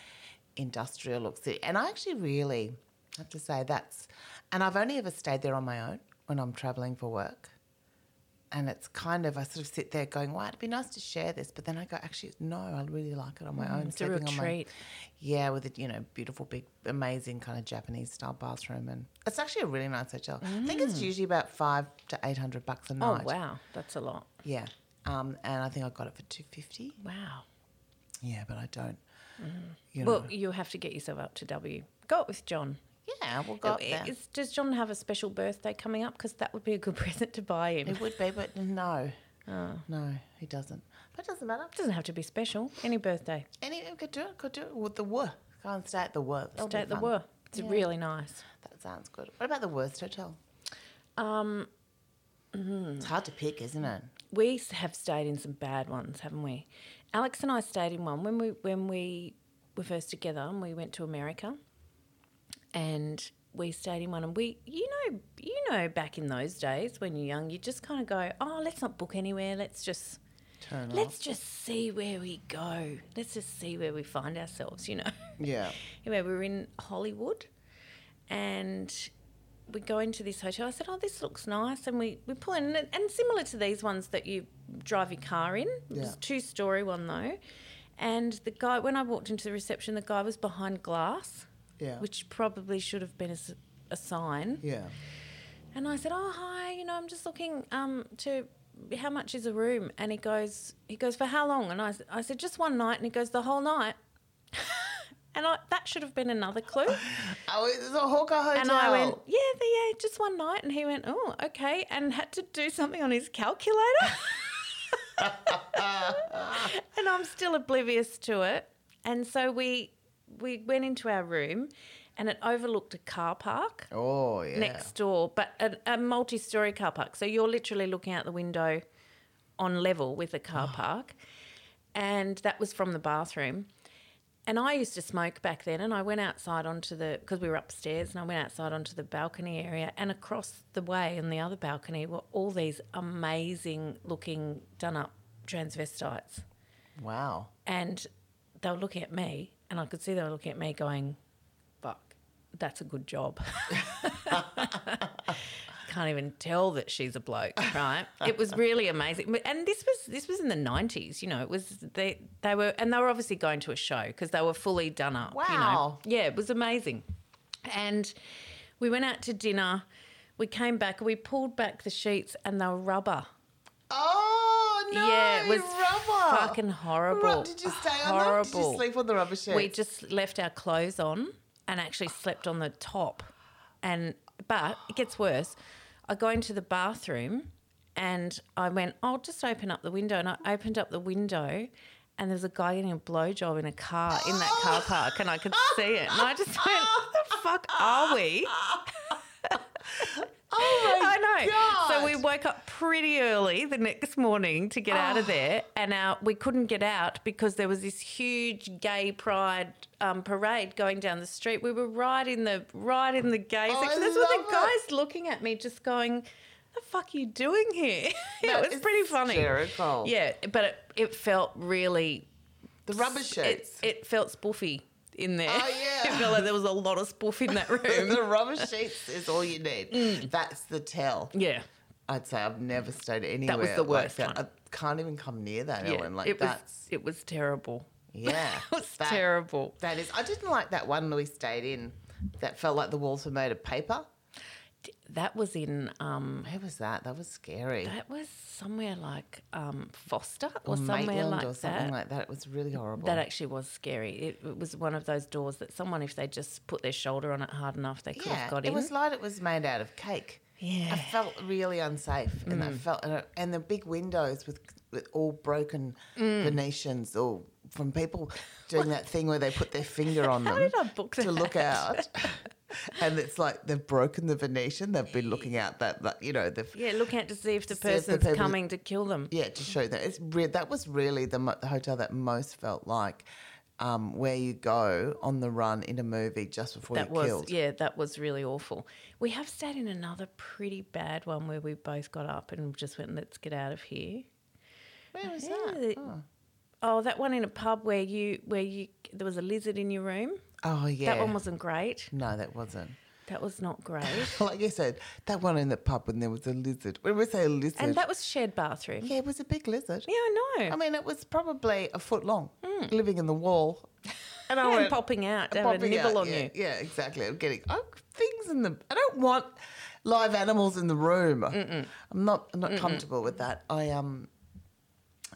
Speaker 1: industrial look city. And I actually really have to say that's and I've only ever stayed there on my own when I'm traveling for work. And it's kind of I sort of sit there going, "Wow, it'd be nice to share this," but then I go, "Actually, no, I really like it on my own."
Speaker 2: Mm, it's a real
Speaker 1: sleeping on my-
Speaker 2: treat.
Speaker 1: yeah, with a you know beautiful big amazing kind of Japanese style bathroom, and it's actually a really nice hotel. I think it's usually about five to eight hundred bucks a night.
Speaker 2: Mm. Oh wow, that's a lot.
Speaker 1: Yeah, um, and I think I got it for two fifty.
Speaker 2: Wow.
Speaker 1: Yeah, but I don't. You know.
Speaker 2: Mm. Well, you'll have to get yourself up to W. Go out with John.
Speaker 1: yeah, we'll go up
Speaker 2: Uh,
Speaker 1: there.
Speaker 2: is- does John have a special birthday coming up? Because that would be a good [LAUGHS] present to buy him.
Speaker 1: It would be, but no,
Speaker 2: Oh.
Speaker 1: no, he doesn't. But it doesn't matter.
Speaker 2: doesn't have to be special. Any birthday.
Speaker 1: Any could do it. Could do it with the were. Go and stay at the were. That'll be
Speaker 2: Stay at the
Speaker 1: fun.
Speaker 2: were. It's
Speaker 1: Yeah.
Speaker 2: really nice.
Speaker 1: That sounds good. What about the worst hotel?
Speaker 2: Um,
Speaker 1: It's
Speaker 2: Mm.
Speaker 1: hard to pick, isn't it?
Speaker 2: we s- have stayed in some bad ones, haven't we? Alex and I stayed in one when we when we were first together and we went to America, and we stayed in one. And we, you know, you know, back in those days when you're young, you just kind of go, oh, let's not book anywhere. Let's just
Speaker 1: Turn
Speaker 2: let's just see where we go. Let's just see where we find ourselves. You know.
Speaker 1: Yeah.
Speaker 2: Anyway, we were in Hollywood and we go into this hotel. I said, Oh, this looks nice. And we, we pull in, and, and similar to these ones that you drive your car in, it was
Speaker 1: Yeah.
Speaker 2: a two story one though. And the guy, when I walked into the reception, the guy was behind glass,
Speaker 1: Yeah.
Speaker 2: which probably should have been a, s- a sign.
Speaker 1: Yeah.
Speaker 2: And I said, "Oh, hi. You know, I'm just looking um, to how much is a room?" And he goes, "He goes for how long?" And I, s- I said, "Just one night." And he goes, "The whole night." [LAUGHS] and I, that should have been another clue.
Speaker 1: Oh, it's a hawker hotel.
Speaker 2: And I went, "Yeah, the, yeah, just one night." And he went, "Oh, okay," and had to do something on his calculator. [LAUGHS] and I'm still oblivious to it. And so we we went into our room, and it overlooked a car park
Speaker 1: Oh yeah.
Speaker 2: next door, but a, a multi-story car park. So you're literally looking out the window on level with a car park, and that was from the bathroom. And I used to smoke back then, and I went outside onto the because we were upstairs, and I went outside onto the balcony area, and across the way in the other balcony were all these amazing-looking done-up transvestites,
Speaker 1: Wow.
Speaker 2: and they were looking at me, and I could see they were looking at me, going, "Fuck, that's a good job." [LAUGHS] Can't even tell that she's a bloke, right? it was really amazing, and this was this was in the nineties. You know, it was they they were and they were obviously going to a show because they were fully done up. you know.
Speaker 1: Wow.
Speaker 2: yeah, it was amazing, and we went out to dinner. We came back, we pulled back the sheets, and they were rubber.
Speaker 1: Oh no.
Speaker 2: yeah, it was
Speaker 1: rubber.
Speaker 2: fucking
Speaker 1: Ru-
Speaker 2: horrible.
Speaker 1: Did you stay
Speaker 2: horrible.
Speaker 1: on that? Did you sleep on the rubber sheet?
Speaker 2: We just left our clothes on and actually slept on the top. And but it gets worse. I go into the bathroom and I went, I'll just open up the window. And I opened up the window and there's a guy getting a blowjob in a car in that car park and I could see it. And I just [LAUGHS] went, What the fuck are we?
Speaker 1: oh my
Speaker 2: [LAUGHS] I know.
Speaker 1: God.
Speaker 2: So we woke up pretty early the next morning to get out
Speaker 1: Oh.
Speaker 2: of there, and uh, we couldn't get out because there was this huge gay pride um, parade going down the street. We were right in the right in the gay
Speaker 1: Oh, I
Speaker 2: section. That's what the
Speaker 1: love it.
Speaker 2: guys looking at me, just going, "The fuck are you doing here?" [LAUGHS] yeah,
Speaker 1: That
Speaker 2: it was
Speaker 1: is
Speaker 2: pretty funny.
Speaker 1: hysterical.
Speaker 2: Yeah, but it, it felt really
Speaker 1: the rubber
Speaker 2: it,
Speaker 1: sheets.
Speaker 2: it felt spoofy in there. [LAUGHS]
Speaker 1: Oh, yeah.
Speaker 2: it felt like there was a lot of spoof
Speaker 1: [LAUGHS]
Speaker 2: in that
Speaker 1: [LAUGHS]
Speaker 2: room. [LAUGHS]
Speaker 1: the rubber sheets is all you need. That's the tell.
Speaker 2: Mm. yeah.
Speaker 1: I'd say I've never stayed anywhere.
Speaker 2: the
Speaker 1: like
Speaker 2: worst
Speaker 1: that.
Speaker 2: one.
Speaker 1: I can't even come near that,
Speaker 2: Yeah,
Speaker 1: Ellen. Like
Speaker 2: it was,
Speaker 1: that's
Speaker 2: it was terrible.
Speaker 1: yeah.
Speaker 2: [LAUGHS] it was
Speaker 1: [LAUGHS] that-
Speaker 2: terrible.
Speaker 1: That is. I didn't like that one we stayed in. That felt like the walls were made of paper.
Speaker 2: That was in um,
Speaker 1: Where was that? That was scary.
Speaker 2: that was somewhere like um, Foster or,
Speaker 1: or
Speaker 2: somewhere
Speaker 1: Maitland
Speaker 2: like
Speaker 1: or something
Speaker 2: that.
Speaker 1: like that. It was really horrible.
Speaker 2: that actually was scary. It, it was one of those doors that someone, if they just put their shoulder on it hard enough, they could
Speaker 1: yeah,
Speaker 2: have got
Speaker 1: it
Speaker 2: in.
Speaker 1: was like it was made out of cake.
Speaker 2: Yeah. Mm.
Speaker 1: I felt really unsafe, and I felt and, it- and the big windows with with all broken
Speaker 2: Mm.
Speaker 1: Venetians, all
Speaker 2: [LAUGHS]
Speaker 1: from people doing that thing where they put their finger on
Speaker 2: How
Speaker 1: them
Speaker 2: did I book
Speaker 1: to look
Speaker 2: that?
Speaker 1: out. [LAUGHS] and it's like they've broken the Venetian. They've been
Speaker 2: [LAUGHS]
Speaker 1: looking out that, like, you know, they've
Speaker 2: Yeah, look out to see if
Speaker 1: [LAUGHS]
Speaker 2: the
Speaker 1: See if the
Speaker 2: person's
Speaker 1: people-
Speaker 2: coming to kill them.
Speaker 1: yeah to show that it's re- that was really the, mo- the hotel that most felt like um, where you go on the run in a movie just before
Speaker 2: that
Speaker 1: you're
Speaker 2: was
Speaker 1: killed.
Speaker 2: yeah, that was really awful. We have stayed in another pretty bad one where we both got up and just went, "Let's get out of here."
Speaker 1: Where was
Speaker 2: Yeah,
Speaker 1: that?
Speaker 2: the-
Speaker 1: Oh.
Speaker 2: Oh, that one in a pub where you where you there was a lizard in your room.
Speaker 1: Oh, yeah.
Speaker 2: That one wasn't great.
Speaker 1: No, that wasn't. [LAUGHS]
Speaker 2: That was
Speaker 1: [SIGHS]
Speaker 2: not great.
Speaker 1: Like you said, that one in the pub when there was a lizard. When we say a lizard,
Speaker 2: and that was shared bathroom. Yeah,
Speaker 1: yeah, it was a big lizard.
Speaker 2: I know.
Speaker 1: I mean, it was probably a foot long, living in the wall, [LAUGHS]
Speaker 2: and I went popping out to have a
Speaker 1: popping
Speaker 2: nibble
Speaker 1: out.
Speaker 2: on
Speaker 1: yeah,
Speaker 2: you.
Speaker 1: Yeah, exactly. I'm getting oh, things in the. I don't want live animals in the room. I'm not. I'm not comfortable with that. I um,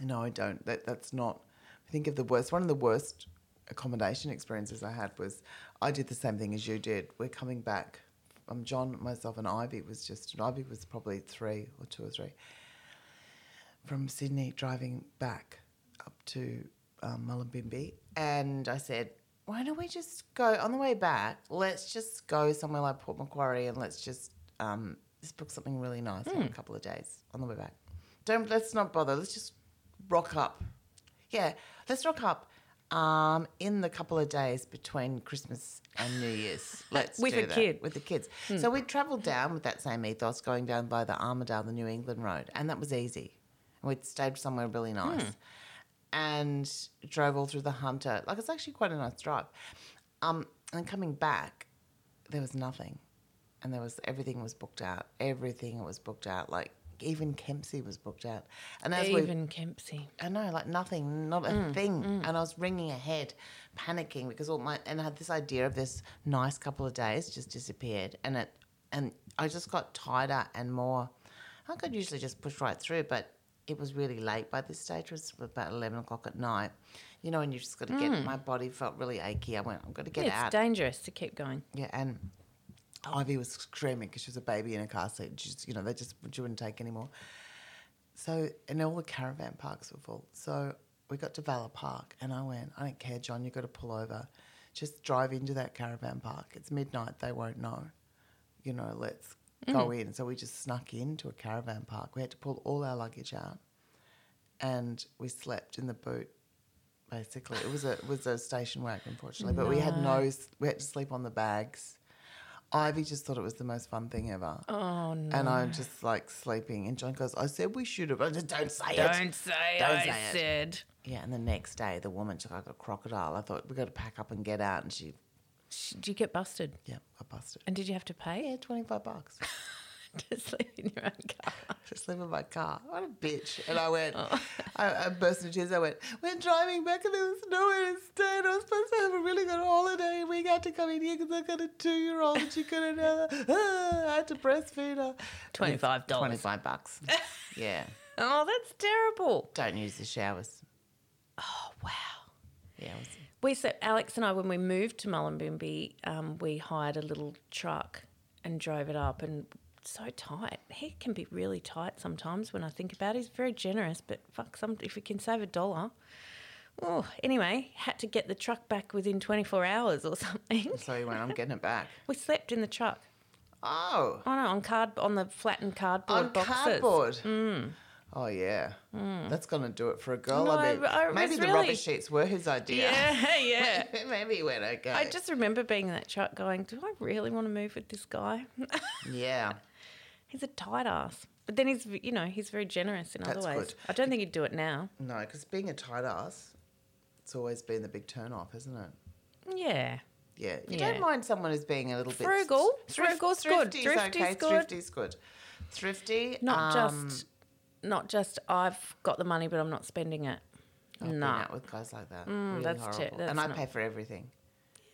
Speaker 1: no, I don't. That that's not. I think of the worst. One of the worst accommodation experiences I had was I did the same thing as you did. We're coming back. Um, John, myself, and Ivy was just. And Ivy was probably three or two or three from Sydney driving back up to um, Mullumbimby, and I said, "Why don't we just go on the way back? Let's just go somewhere like Port Macquarie, and let's just um, just book something really nice for a
Speaker 2: Hmm.
Speaker 1: couple of days on the way back. Don't let's not bother. Let's just rock up. Yeah, let's rock up." Um, in the couple of days between Christmas and New Year's, let's
Speaker 2: With
Speaker 1: do
Speaker 2: a
Speaker 1: that
Speaker 2: kid.
Speaker 1: with the kids. So we travelled down with that same ethos, going down by the Armadale, the New England Road, and that was easy. And we'd stayed somewhere really nice and drove all through the Hunter. Like, it's actually quite a nice drive. Um, and coming back, there was nothing. And there was everything was booked out. Everything was booked out. Like, even Kempsey was booked out. And as we
Speaker 2: Even Kempsey.
Speaker 1: I know, like nothing, not a thing. And I was ringing ahead, panicking because all my and I had this idea of this nice couple of days just disappeared, and it and I just got tighter and more. I could usually just push right through, but it was really late by this stage. It was about eleven o'clock at night, you know. And you just got to get. My body felt really achy. I went, I've got to get
Speaker 2: It's
Speaker 1: out.
Speaker 2: dangerous to keep going.
Speaker 1: Yeah, and Ivy was screaming because she was a baby in a car seat. She's, you know, they just she wouldn't take anymore. So, and all the caravan parks were full. So we got to Valor Park, and I went, I don't care, John, you've got to pull over. Just drive into that caravan park. It's midnight, they won't know. You know, let's go in. So we just snuck into a caravan park. We had to pull all our luggage out, and we slept in the boot. Basically, it was a it was a station wagon, unfortunately, but we had no. s- We had to sleep on the bags. Ivy just thought it was the most fun thing ever.
Speaker 2: Oh no.
Speaker 1: And I'm just like sleeping. And John goes, I said we should have. I just don't say it.
Speaker 2: Don't say
Speaker 1: Don't
Speaker 2: I
Speaker 1: say it.
Speaker 2: said.
Speaker 1: Yeah. And the next day, the woman, she's like a crocodile. I thought, we got to pack up and get out. And she,
Speaker 2: Sh- Did you get busted?
Speaker 1: yeah, I busted.
Speaker 2: And did you have to pay [LAUGHS]
Speaker 1: Yeah, 25 bucks.
Speaker 2: to sleep in your own car?
Speaker 1: just leave in my car. What a bitch. And I went,
Speaker 2: Oh.
Speaker 1: I, I burst into tears. I went, we're driving back and there was nowhere to stay. And I was supposed to have a really good holiday. And we had to come in here because I got a two year old and she couldn't have [LAUGHS] I had to breastfeed her.
Speaker 2: $25.
Speaker 1: 25 bucks.
Speaker 2: [LAUGHS]
Speaker 1: yeah.
Speaker 2: Oh, that's terrible.
Speaker 1: Don't use the showers.
Speaker 2: Oh, wow.
Speaker 1: Yeah. it was-
Speaker 2: We so Alex and I, when we moved to Mullumbimby, um, we hired a little truck and drove it up and so tight. He can be really tight sometimes when I think about it. He's very generous, but fuck, some, if we can save a dollar. Oh, anyway, had to get the truck back within 24 hours or [LAUGHS] something.
Speaker 1: So he went, I'm getting it back.
Speaker 2: We slept in the truck.
Speaker 1: Oh,
Speaker 2: Oh no, on card on the flattened cardboard
Speaker 1: on
Speaker 2: boxes. Mm.
Speaker 1: cardboard. Oh, yeah. That's going to do it for a girl. I
Speaker 2: No,
Speaker 1: mean,
Speaker 2: I- it
Speaker 1: maybe
Speaker 2: was
Speaker 1: the rubber
Speaker 2: really-
Speaker 1: sheets were his idea.
Speaker 2: Yeah, [LAUGHS] yeah.
Speaker 1: [LAUGHS] maybe he went, okay.
Speaker 2: I just remember being in that truck going, Do I really want to move with this guy?
Speaker 1: yeah.
Speaker 2: he's a tight ass. But then he's, you know, he's very generous in other
Speaker 1: That's
Speaker 2: ways.
Speaker 1: good.
Speaker 2: I don't think he'd do it now.
Speaker 1: No, because being a tight ass, it's always been the big turn off, isn't it?
Speaker 2: Yeah.
Speaker 1: Yeah. You
Speaker 2: Yeah.
Speaker 1: don't mind someone who's being a little bit
Speaker 2: Frugal. Frugal's good.
Speaker 1: Thrifty's
Speaker 2: Thrifty's
Speaker 1: okay.
Speaker 2: good.
Speaker 1: Thrifty's good. Thrifty.
Speaker 2: Not
Speaker 1: um,
Speaker 2: just not just I've got the money but I'm not spending it.
Speaker 1: I've been
Speaker 2: nah.
Speaker 1: out with guys like that.
Speaker 2: Mm,
Speaker 1: really
Speaker 2: that's ter-
Speaker 1: horrible.
Speaker 2: that's
Speaker 1: and I
Speaker 2: not-
Speaker 1: pay for everything.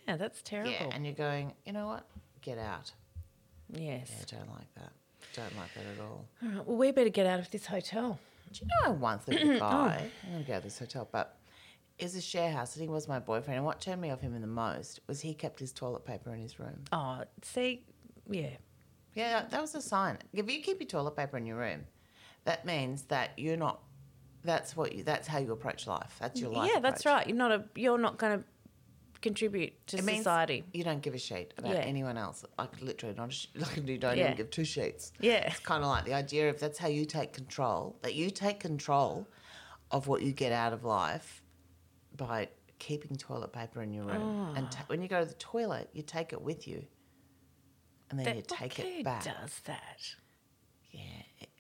Speaker 2: Yeah, that's terrible.
Speaker 1: Yeah. And you're going, you know what? Get out.
Speaker 2: yes.
Speaker 1: Yeah, don't like that. Don't like that at all.
Speaker 2: All right. Well, we better get out of this hotel.
Speaker 1: Do you know I once
Speaker 2: [COUGHS]
Speaker 1: lived
Speaker 2: Oh.
Speaker 1: with a guy? I'm going to go to this hotel, but it was a share house and he was my boyfriend. And what turned me off him in the most was he kept his toilet paper in his room.
Speaker 2: Oh, see, yeah.
Speaker 1: Yeah, that was a sign. If you keep your toilet paper in your room, that means that you're not. That's what you. That's how you approach life. That's your life.
Speaker 2: yeah, that's
Speaker 1: approach.
Speaker 2: right. You're not a you're not going to contribute to
Speaker 1: It means [LAUGHS]
Speaker 2: society.
Speaker 1: You don't give a shit about
Speaker 2: Yeah.
Speaker 1: anyone else. Like literally, not a sh- [LAUGHS] like you don't
Speaker 2: Yeah.
Speaker 1: even give two sheets.
Speaker 2: Yeah.
Speaker 1: it's kind of like the idea of that's how you take control. That you take control of what you get out of life by keeping toilet paper in your
Speaker 2: Ah.
Speaker 1: room. And ta- when you go to the toilet, you take it with you, and then
Speaker 2: That-
Speaker 1: you take
Speaker 2: like, who
Speaker 1: it back.
Speaker 2: does that?
Speaker 1: Yeah,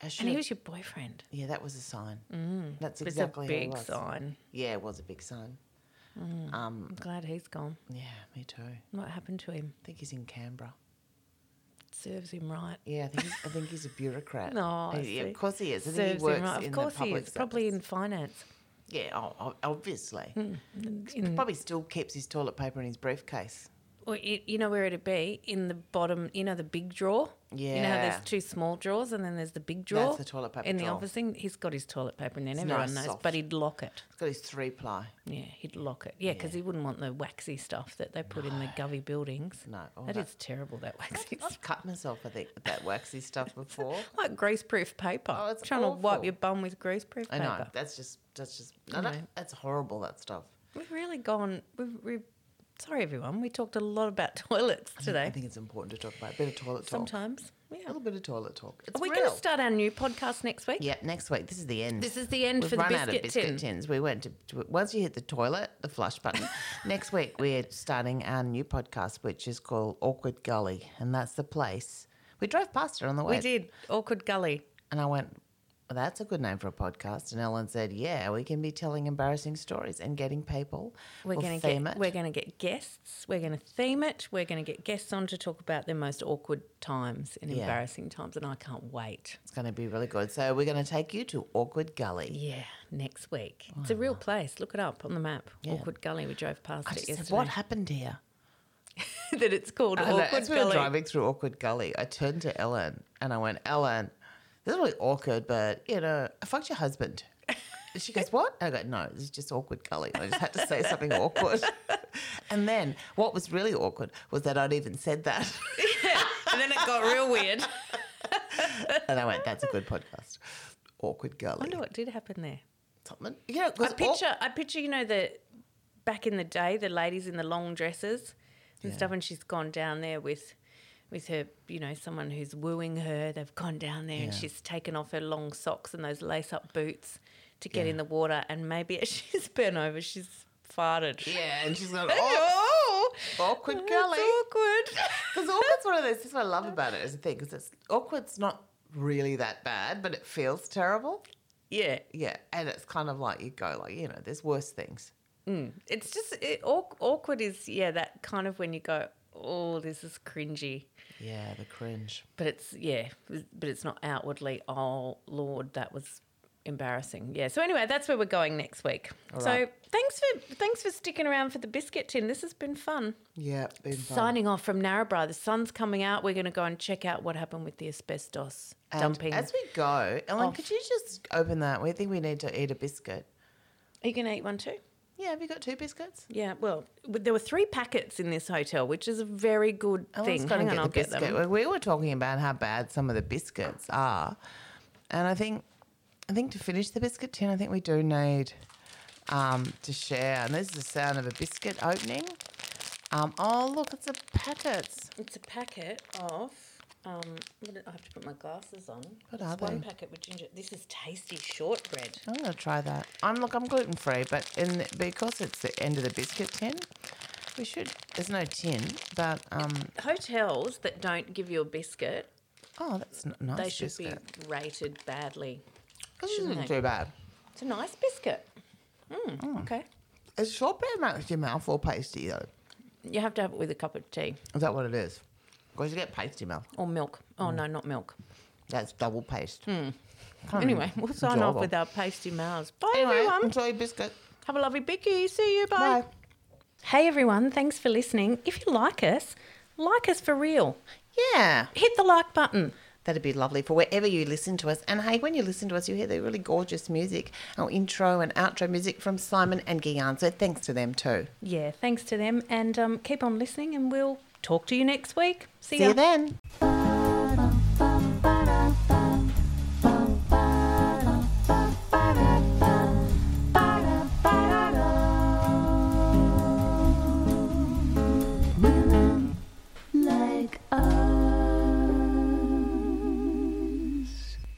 Speaker 1: I should.
Speaker 2: And
Speaker 1: have-
Speaker 2: who's your boyfriend?
Speaker 1: Yeah, that was a sign. Mm. That's
Speaker 2: It's
Speaker 1: exactly
Speaker 2: a
Speaker 1: who it
Speaker 2: big
Speaker 1: was.
Speaker 2: sign. Mm.
Speaker 1: Yeah, it was a big sign. Um,
Speaker 2: I'm glad he's gone.
Speaker 1: yeah, me too. I
Speaker 2: What happened to him?
Speaker 1: think he's in Canberra.
Speaker 2: Serves him right.
Speaker 1: Yeah, I think he's, I think he's a bureaucrat.
Speaker 2: [LAUGHS] No,
Speaker 1: Uh,
Speaker 2: I
Speaker 1: yeah,
Speaker 2: see.
Speaker 1: of course he is. I think
Speaker 2: Serves
Speaker 1: he works
Speaker 2: him right.
Speaker 1: in
Speaker 2: Of course
Speaker 1: the public
Speaker 2: he is. Probably Mm-hmm. in
Speaker 1: service.
Speaker 2: finance.
Speaker 1: Yeah, oh, oh, obviously.
Speaker 2: In-
Speaker 1: Probably still keeps his toilet paper in his briefcase.
Speaker 2: Well, you, you know where it'd be in the bottom. You know the big drawer. You know how
Speaker 1: Yeah.
Speaker 2: there's two small drawers and then there's the big drawer.
Speaker 1: the toilet paper
Speaker 2: In the
Speaker 1: drawer.
Speaker 2: office thing, he's got his toilet paper and then
Speaker 1: It's
Speaker 2: everyone
Speaker 1: nice,
Speaker 2: knows.
Speaker 1: soft.
Speaker 2: But he'd lock it.
Speaker 1: He's got his three ply.
Speaker 2: Yeah, he'd lock it. Yeah, because he wouldn't want the waxy stuff that they put in the govy buildings.
Speaker 1: No, all
Speaker 2: that
Speaker 1: that-
Speaker 2: is terrible.
Speaker 1: [LAUGHS]
Speaker 2: That waxy
Speaker 1: I've
Speaker 2: stuff.
Speaker 1: cut myself, I think, with that waxy
Speaker 2: [LAUGHS]
Speaker 1: stuff before.
Speaker 2: Like greaseproof paper.
Speaker 1: Oh, it's
Speaker 2: Trying to wipe
Speaker 1: awful.
Speaker 2: your bum with greaseproof
Speaker 1: I
Speaker 2: paper.
Speaker 1: know. That's just that's just no, no,
Speaker 2: No.
Speaker 1: that's horrible. That stuff.
Speaker 2: We've really gone. We've, we've sorry everyone. We talked a lot about [LAUGHS] toilets
Speaker 1: I
Speaker 2: today.
Speaker 1: think it's important to talk about a bit of toilet talk.
Speaker 2: Sometimes, yeah.
Speaker 1: A little bit of toilet talk. It's
Speaker 2: Are we going
Speaker 1: real.
Speaker 2: to start our new podcast next week?
Speaker 1: Yeah, next week. This is the end.
Speaker 2: This is the end
Speaker 1: We've
Speaker 2: for the
Speaker 1: run
Speaker 2: biscuit,
Speaker 1: out of biscuit
Speaker 2: tin.
Speaker 1: tins. We went to, to once you hit the toilet, the flush
Speaker 2: [LAUGHS]
Speaker 1: button. Next week we're starting our new podcast, which is called Awkward Gully, and that's the place we drove past it on the way.
Speaker 2: We did awkward gully.
Speaker 1: and I went, well, "That's a good name for a podcast." And Ellen said, "Yeah, we can be telling embarrassing stories and getting people.
Speaker 2: We're
Speaker 1: We'll
Speaker 2: going to
Speaker 1: theme
Speaker 2: get
Speaker 1: it.
Speaker 2: we're going to get guests. We're going to theme it. We're going to get guests on to talk about their most awkward times and
Speaker 1: Yeah.
Speaker 2: embarrassing times, and I can't wait.
Speaker 1: It's going to be really good. So we're going to take you to Awkward Gully."
Speaker 2: Yeah, next week. It's a real place. Look it up on the map.
Speaker 1: Oh, Yeah.
Speaker 2: Awkward Gully. We drove past
Speaker 1: I
Speaker 2: it
Speaker 1: just said,
Speaker 2: yesterday.
Speaker 1: "What happened here?"
Speaker 2: [LAUGHS] that
Speaker 1: [LAUGHS]
Speaker 2: it's called
Speaker 1: And
Speaker 2: Awkward
Speaker 1: as we were
Speaker 2: Gully.
Speaker 1: driving through Awkward Gully, I turned to Ellen and I went, Ellen, this is really awkward, but you know, I fucked your husband. And she goes, What? I go, No, this is just Awkward Gully. I just had to say something
Speaker 2: [LAUGHS]
Speaker 1: awkward. And then what was really awkward was that I'd even said that.
Speaker 2: [LAUGHS] and then it got
Speaker 1: [LAUGHS]
Speaker 2: real weird. I
Speaker 1: And I went, That's a good podcast. Awkward Gully.
Speaker 2: wonder what did happen there.
Speaker 1: Something. You know, 'cause
Speaker 2: I
Speaker 1: aw-
Speaker 2: picture, I picture, you know, the back in the day, the ladies in the long dresses and stuff, and she's gone down there with, with her, you know, someone who's wooing her. They've gone down there and
Speaker 1: Yeah.
Speaker 2: she's taken off her long socks and those lace-up boots to get in the water, and maybe [LAUGHS] as she's bent over, she's farted.
Speaker 1: yeah, and she's going, Oh,
Speaker 2: Oh,
Speaker 1: Awkward
Speaker 2: that's
Speaker 1: Gully.
Speaker 2: awkward. [LAUGHS]
Speaker 1: Because awkward's one of those. This is what I love about it as a thing. Because it's awkward's not really that bad, but it feels terrible.
Speaker 2: yeah,
Speaker 1: Yeah, and it's kind of like you go like, you know, there's worse things.
Speaker 2: it's just it, awk- awkward. Is yeah, that kind of when you go, oh, this is cringy.
Speaker 1: Yeah, the cringe.
Speaker 2: But it's yeah, but it's not outwardly. Oh Lord, that was embarrassing. Yeah. So anyway, that's where we're going next week. so
Speaker 1: right.
Speaker 2: thanks for thanks for sticking around for the biscuit tin. This has been fun.
Speaker 1: Yeah, been
Speaker 2: Signing off from Narrabri. The sun's coming out. We're going to go and check out what happened with the asbestos
Speaker 1: And
Speaker 2: dumping.
Speaker 1: As we go, Ellen,
Speaker 2: off.
Speaker 1: could you just open that? We think we need to eat a biscuit.
Speaker 2: Are you going to eat one too?
Speaker 1: Yeah, have you got two biscuits?
Speaker 2: Yeah. Well, w- there were three packets in this hotel, which is a very good thing.
Speaker 1: Ellen's gotta
Speaker 2: Hang on,
Speaker 1: get
Speaker 2: I'll
Speaker 1: the
Speaker 2: get
Speaker 1: biscuit.
Speaker 2: them.
Speaker 1: We were talking about how bad some of the biscuits are, and I think, I think to finish the biscuit tin, I think we do need um, to share. And this is the sound of a biscuit opening. Um, oh look, it's a packets.
Speaker 2: It's a packet of. Um, I'm gonna- I have to put my glasses on.
Speaker 1: What
Speaker 2: It's
Speaker 1: are
Speaker 2: One
Speaker 1: they?
Speaker 2: packet with ginger. This is tasty shortbread.
Speaker 1: I'm gonna try that. I'm look. I'm gluten free, but in the, because it's the end of the biscuit tin, we should. There's no tin, but um.
Speaker 2: Hotels that don't give you a biscuit,
Speaker 1: Oh, that's n- nice.
Speaker 2: they should
Speaker 1: biscuit.
Speaker 2: be rated badly.
Speaker 1: This
Speaker 2: shouldn't
Speaker 1: isn't
Speaker 2: they?
Speaker 1: too bad.
Speaker 2: It's a nice biscuit. Mm,
Speaker 1: Hmm.
Speaker 2: Okay.
Speaker 1: It's shortbread makes your mouth all pasty though.
Speaker 2: You have to have it with a cup of tea
Speaker 1: Is that what it is? Because you get pasty mouth.
Speaker 2: or milk. Oh
Speaker 1: Hmm.
Speaker 2: no, not milk.
Speaker 1: That's double paste.
Speaker 2: Hmm. Anyway, we'll sign
Speaker 1: enjoyable.
Speaker 2: off with our pasty mouths. Bye
Speaker 1: Anyway,
Speaker 2: everyone.
Speaker 1: enjoy your biscuit.
Speaker 2: Have a lovely bicky. See you.
Speaker 1: Bye.
Speaker 2: Hey everyone. Thanks for listening. If you like us, like us for real.
Speaker 1: Yeah,
Speaker 2: Hit the like button.
Speaker 1: that'd be lovely for wherever you listen to us. And hey, when you listen to us, you hear the really gorgeous music, our intro and outro music from Simon and Guyan. So thanks to them too.
Speaker 2: Yeah, thanks to them. And um, keep on listening, and we'll talk to you next week. See,
Speaker 1: See
Speaker 2: ya.
Speaker 1: you then.
Speaker 3: Bye.